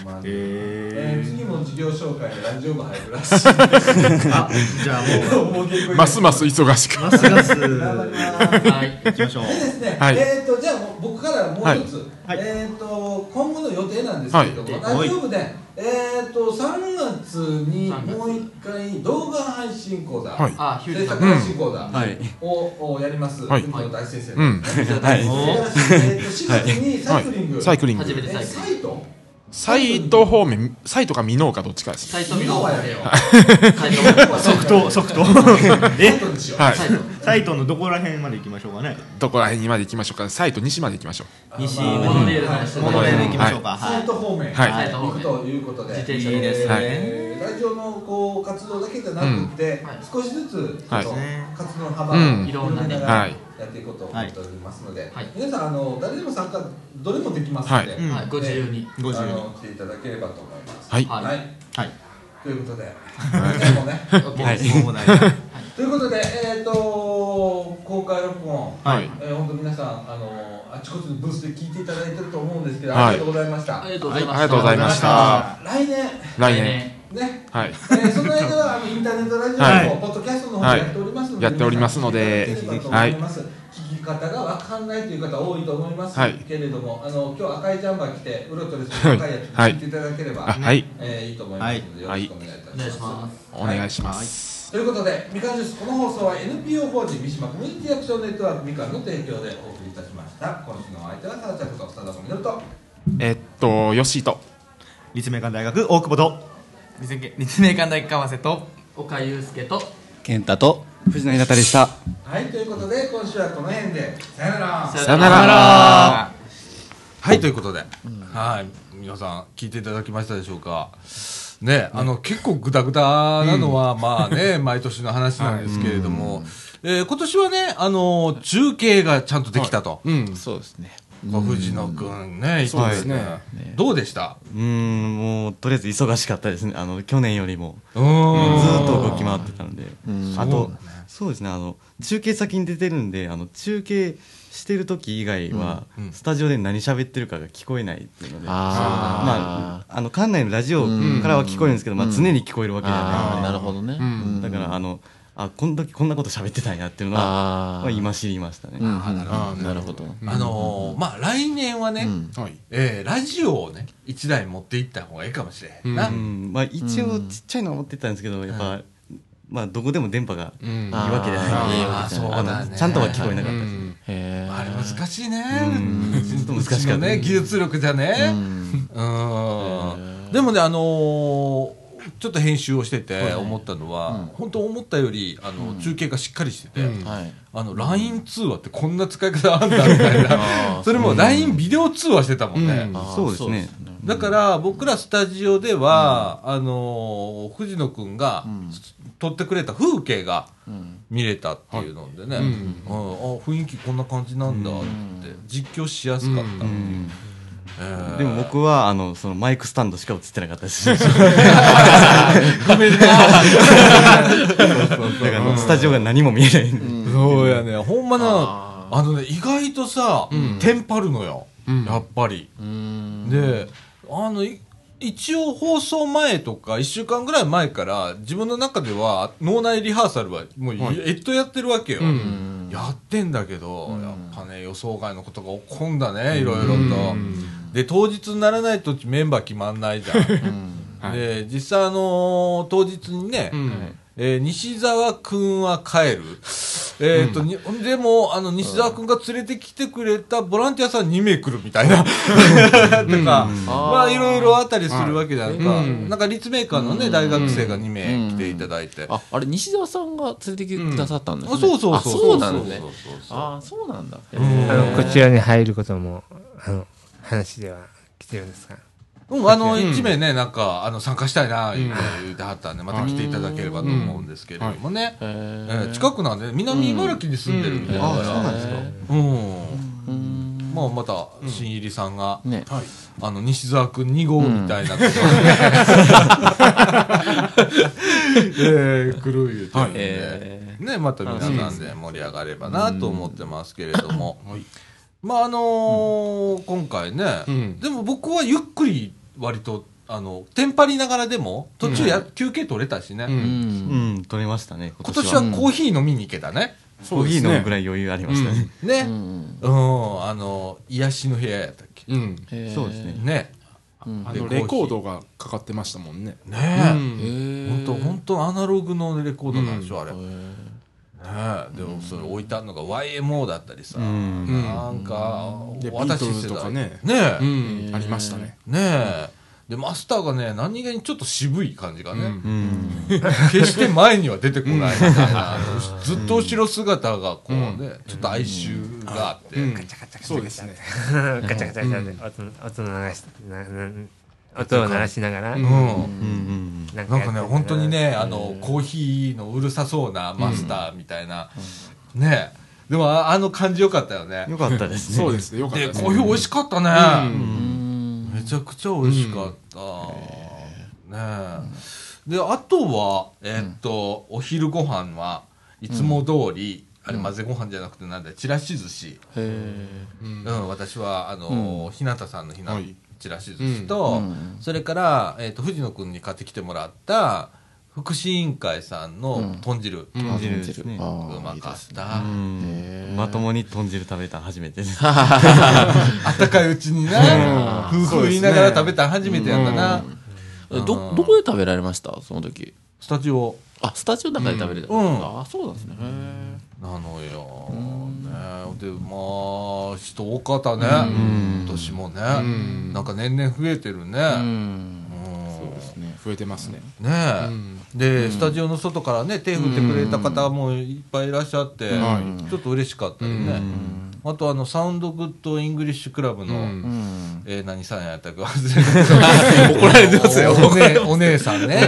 ほんまにえー次も事業紹介でラジオ部入るらしい あじゃあもう結構いいますます忙しくますます頑張りますはい行きましょうでですね、はいえっ、とじゃあもう僕からもう一つ、えっ、と今後の予定なんですけれども、はいラジオ部でえっ、と3月にもう一回動画配信講座、はいあヒュー制ジさん作配信講座うんはいを,、をやります。はい海野大先生うの、んはいえっ、と4月にサイクリング、はいサイクリング初めてえサイクリンサイトサイト方面サイトか美濃かどっちかですサイト見ろやれよ即答即答えはいサイトのどこら辺まで行きましょうかねどこら辺にまで行きましょうかサイト西まで行きましょう西までモノレールの話モノレール行きましょうかサイト方面、はいに行くということで、自転車でいいですねえーラジオのこう活動だけじゃなくて、少しずつちょっと活動の幅をうん広げながらはいやっていこうと思っておりますので、皆さんあの誰でも参加どれもできますので、はいうんはいご自由にえーご自由にあの来ていただければと思います。はいはい。はいということで、い今日もね、 はいもうねはいということで、えっと公開録音、はいえー本当皆さんあのあちこちのブースで聞いていただいてると思うんですけど、はいありがとうございました。ありがとうございまはいありがしたとうございました来年。来年ね。はいえーその間はあのインターネットラジオの、はいポッドキャストの方もやっておりますので、はいやっておりますので皆さん聞いていただければと思います聞き方がわかんないという方多いと思いますはいけれども、あの今日赤いジャンバー着てウロトレスの赤いやつはい聞いていただければ、あはいえーいいと思いますので、はいよろしくお願いいたします。お願いしますということで、みかんジュース、この放送は NPO 法人三島コミュニティアクションネットワークみかんの提供でお送りいたしました。今週のお相手は、さだちゃんこと、さだこみのると。えっとよしと立命館大学大久保と立命館大学川瀬と岡祐介と健太と藤野稲田でした。はい、ということで、今週はこの辺で、さよなら。さよならはいということで、はい皆さん聞いていただきましたでしょうかねあの結構グダグダなのは、まあね 毎年の話なんですけれども、えー今年はねあの中継がちゃんとできたと、うんそうですね藤野くんね、そうですねいいどうでしたうーん、もうとりあえず忙しかったですね。あの去年よりもずーんーっと動き回ってたのでうん、あそうとそうですね。あの中継先に出てるんで、あの中継してる時以外は、スタジオで何喋ってるかが聞こえないっていうので、あまああの館内のラジオからは聞こえるんですけど、まあうん常に聞こえるわけじゃないので、あーなるほどねうんだからあの。あこん時こんなこと喋ってたんやっていうのはまあ今知りましたね。うんうんなるほどあのーまあ来年はね、えーラジオをね一台持っていった方がいいかもしれへんな、うんまあ、一応ちっちゃいのは持ってったんですけどやっぱ、まあ、どこでも電波がいいわけじゃあなーいいいわけじゃなそいうだねあのちゃんとは聞こえなかったですうねんあれ難しいね、うんちょっと難しかったうちのね技術力じゃねうんでもねあのーちょっと編集をしてて思ったのは、本当思ったよりあの、中継がしっかりしてて、あの LINE 通話ってこんな使い方あんだみたいな それも LINE ビデオ通話してたもんね、うんあーそうですねだから僕らスタジオでは、あのー藤野くんが撮ってくれた風景が見れたっていうのでね、はいうんうんあ雰囲気こんな感じなんだって実況しやすかったっていう、 えーでも僕はあのそのマイクスタンドしか映ってなかったですごめんなそうそうだからもうスタジオが何も見えないんでそうやねほんまなあのね意外とさ、テンパるのよ、やっぱりであのい一応放送前とか1週間ぐらい前から自分の中では脳内リハーサルはもうはいえっとやってるわけよ、うんやってんだけど、やっぱね予想外のことが起こんだねいろいろと、で当日にならないとメンバー決まんないじゃん、で実際あのー当日にね、えー西澤君は帰る。えーとにでも、あの、西澤君が連れてきてくれたボランティアさん2名来るみたい な、とか、まあ、いろいろあったりするわけじゃんか。はいうんなんか、立命館のね、大学生が2名来ていただいて。ああれ西澤さんが連れてきてくださったんですね、うんあそうそうそうあそうなんですねそうそうあそうなんだあのこちらに入ることもあの話では来てるんですかうん、あの、うん1名ね、なんか、あの、参加したいな、言って言ってはったんで、また来ていただければと思うんですけれどもね。えー近くなんで、南茨城に住んでるんで。うんだからあそうなんですかうん。まあ、また、新入りさんが、ねはいあの、西沢くん2号みたいなことが、えー、来る言うてるんで、えね、また皆さんで盛り上がればなと思ってますけれども。まああのー今回ね、でも僕はゆっくり割とあのテンパりながらでも途中や、休憩取れたしね、うん、うん取れましたね今今年年ははコーヒー飲みに行けたね、コーヒー飲むぐらい余裕ありましたね、ね、うんあの癒しの部屋やったっけ、うんへーそうですねねあのレコードがかかってましたもんね。ねうん本当本当アナログのレコードなんでしょ、あれ。ねえ、でもそれ置いてあるのが YMO だったりさ、うんなんかで私ビー世トルズとか代ねねえうんありましたねねえでマスターがね何気にちょっと渋い感じがね、ん決して前には出てこないみたいな、うんずっと後ろ姿がこうね、ちょっと哀愁があって、ガチャガチャガチャガチャ そうですねガチャガチャガチャで音の音流しなな音を鳴らしながらううんんなんやってかねるな本当にねあのコーヒーのうるさそうなマスターみたいな、ねでもああの感じよかったよねよかったですねそうですねよかったですねコーヒー美味しかったね、めちゃくちゃ美味しかった、ねであとはえっと、お昼ご飯はいつも通り、あれ混ぜご飯じゃなくてなんだちらし寿司うん、私はあの、日向さんのひな、ちらし寿司と、それから、えっと藤野君に買ってきてもらった福祉委員会さんの豚汁、うん豚汁ですねうまかった、うんまともに豚汁食べたの初めてですあったかいうちになう ん夫婦言いながら食べたの初めてやったな、えどどこで食べられましたその時スタジオあスタジオの中で食べれた、うんあそうなんですねへなのよ、ね、でまあ人多かったね、今年もね、なんか年々増えてるね、うんそうですね増えてますね。ねえ、で、うんスタジオの外からね手振ってくれた方もいっぱいいらっしゃって、うんちょっと嬉しかったよね、あとあのサウンドグッドイングリッシュクラブの、んえー何さんやったか忘れた 怒られてますよお,、怒らねれて、ますお姉さんね、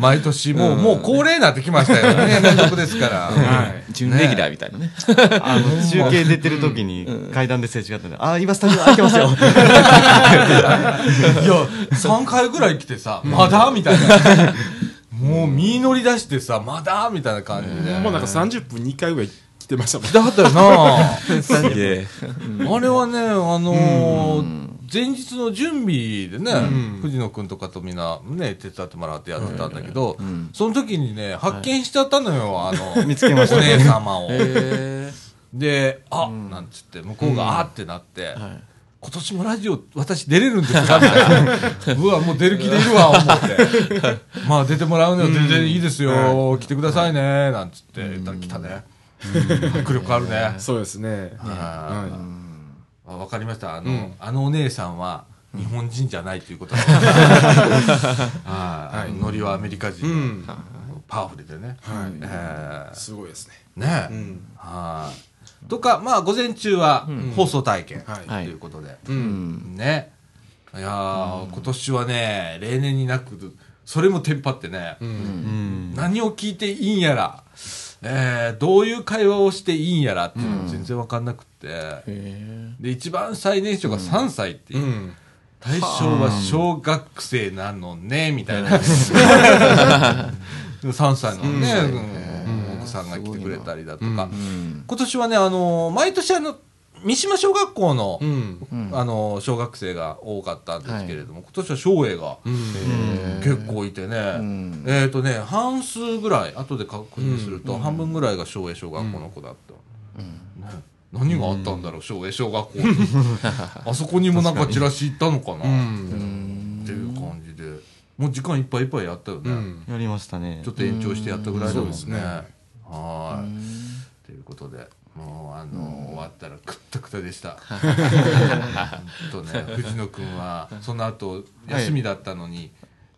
毎年もう,、もう恒例になってきましたよね連続ですから、はい準レギュラーみたいなねあの中継出てる時に階段ですれ違ったんで、あー、今スタジオ開いてますよ。いや3回ぐらい来てさ「まだ?」みたいなもう身乗り出してさ「まだ?」みたいな感じで、もうなんか30分2回ぐらい来てましたもんだったよなすげ えあれはねあのー前日の準備でね、うん藤野君とかとみんな、ね、手伝ってもらってやってたんだけど、その時にね発見しちゃったのよ、あの見つけましたおね姉様をへえ。で「あ、なんつって向こうが「あ」ってなって。今年もラジオ私出れるんですかみたいな うわもう出る気でいるわ思って まあ出てもらうのは全然いいですよ、来てくださいねなんつって言ったら来たね、迫力あるねそうですねはいあわかりましたあの,、うんあのお姉さんは日本人じゃないと いうことはい、ノリはアメリカ人、うんパワフルでね、はいえーすごいですねねえ、うんはいとかまあ午前中はうん放送体験はいということで、うんねいやー、今年はね例年になくそれもテンパってね、何を聞いていいんやら、えーどういう会話をしていいんやらっていうの全然分かんなくって、で一番最年少が3歳っていう、対象は小学生なのねみたいな、3歳のね、うんうんお子さんが来てくれたりだとか、今年はねあの毎年あの三島小学校の,、あの小学生が多かったんですけれども、今年は小英が、結構いてね、えっ、とね半数ぐらい後で確認すると、半分ぐらいが小英小学校の子だった、ね何があったんだろう、小英小学校に あそこにもなんかチラシ行ったのかな、っていう感じでもう時間いっぱいいっぱいやったよね、やりましたね。ちょっと延長してやったぐらいだもんうんね。そうですねはーい。ということで、もうあの、終わったらくったくたで した。ほんとね、藤野くんはその後はい休みだったのに、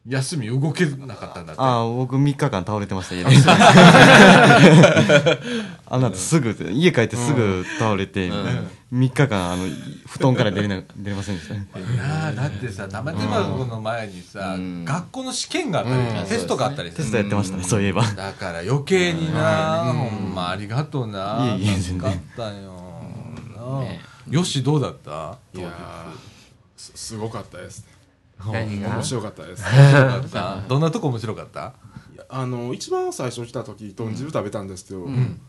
休み動けなかったんだって。ああ、僕3日間倒れてました、家で あなんてすぐ、家帰ってすぐ倒れて、3日間、あの、布団から出れな、出れませんでしたね。なあだってさ玉手箱の前にさ、学校の試験があったり、うんテストがあったりテストやってましたねそういえばだから余計にな、ほんまありがとうな、いえいえ助全然かったよ、なあよしどうだったいやーすすごかったですね何が面白かった です面白かったどんなとこ面白かったいやあの一番最初来た時豚汁食べたんですけど、うん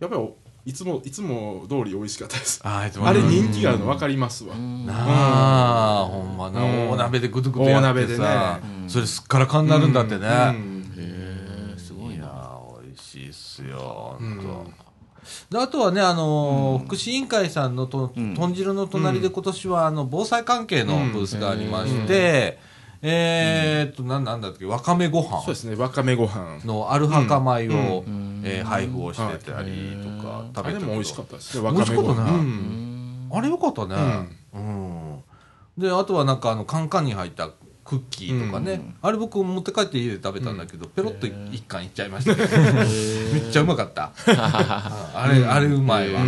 やっぱりおいつもいつも通り美味しかったですあーいつもれ人気があるの分かりますわ、なあ、ほんまな、うん大鍋でぐずぐずや大っ鍋てでさ、ねそれすっからかになるんだってね、うんへえすごいな美味しいっすよ、ほんとであとはね、あのー福祉委員会さんのと、豚汁の隣で今年はあの防災関係のブースがありまして、えーっと、なんなんだっけ、わかめご飯そうですねわかめご飯のアルハカ米を、うんえー配布をしてたりとか、食べてあれも美味しかったですねわ美か味めしごか飯ったね、うんあれよかったね、うんであとはなんかあのカンカンに入ったクッキーとかね、あれ僕持って帰って家で食べたんだけど、ペロッと一貫いっちゃいましたけど、めっちゃうまかった あれあれうまいわ、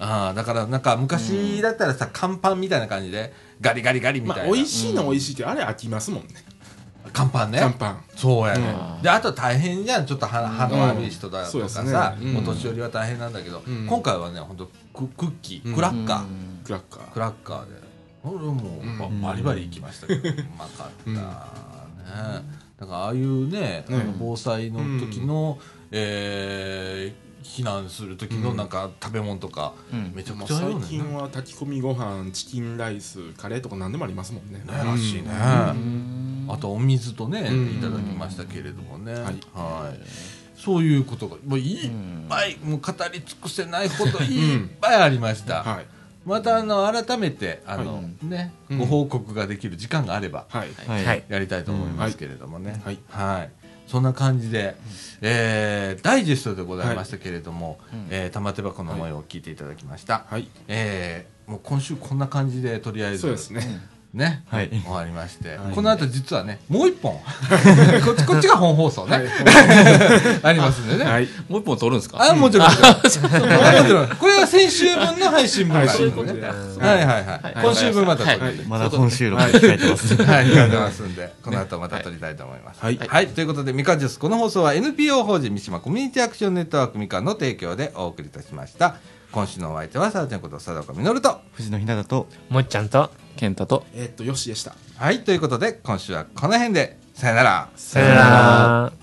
ああだからなんか昔だったらさ乾パンみたいな感じでガリガリガリみたいな、まあ美味しいのは美味しいけどあれ飽きますもんね乾パンね乾パンそうやね、うであと大変じゃんちょっと歯歯の悪い人だそとうかですさ、ねうんお年寄りは大変なんだけど、うん今回はね本当ククッキークラッカー、クラッカークラッカーで俺はもうばバリバリ行きましたけ どうまかったねだからああいうねあの防災の時のえー避難する時のなんか食べ物とかめちゃくちゃあるよ最ねね近は炊き込みご飯チキンライスカレーとか何でもありますもんねねらしいねあとお水とねうんいただきましたけれどもねはいそういうことがもういっぱいもう語り尽くせないこといっぱいありましたまたあの改めてあの、はね、うんご報告ができる時間があれば、はいはいやりたいと思いますけれどもね、はいそんな感じで、えーダイジェストでございましたけれども、えー玉手箱の模様を聞いていただきました、えーもう今週こんな感じでとりあえずそうですねね、はい終わりまして、はいこの後実はね、もう一本、 こっち、こっちが本放送ね、 ありますんでね。はいもう一本撮るんですかあ、もち ろん。もうんちろんもちろんこれは先週分の配信分があるのねははいいはいはい。今週分また撮はるいまだ本収録で控えて ますはい、控えてますんで、この後また撮りたいと思います。はい。はい、ということで、みかんジュース、この放送は NPO 法人三島コミュニティアクションネットワークみかんの提供でお送りいたしました。今週のお相手は、さあちゃんこと佐藤みのると、藤野ひなだと、もっちゃんと、健太とえっと、よしでした。はい、ということで、今週はこの辺で、さよなら。さよなら。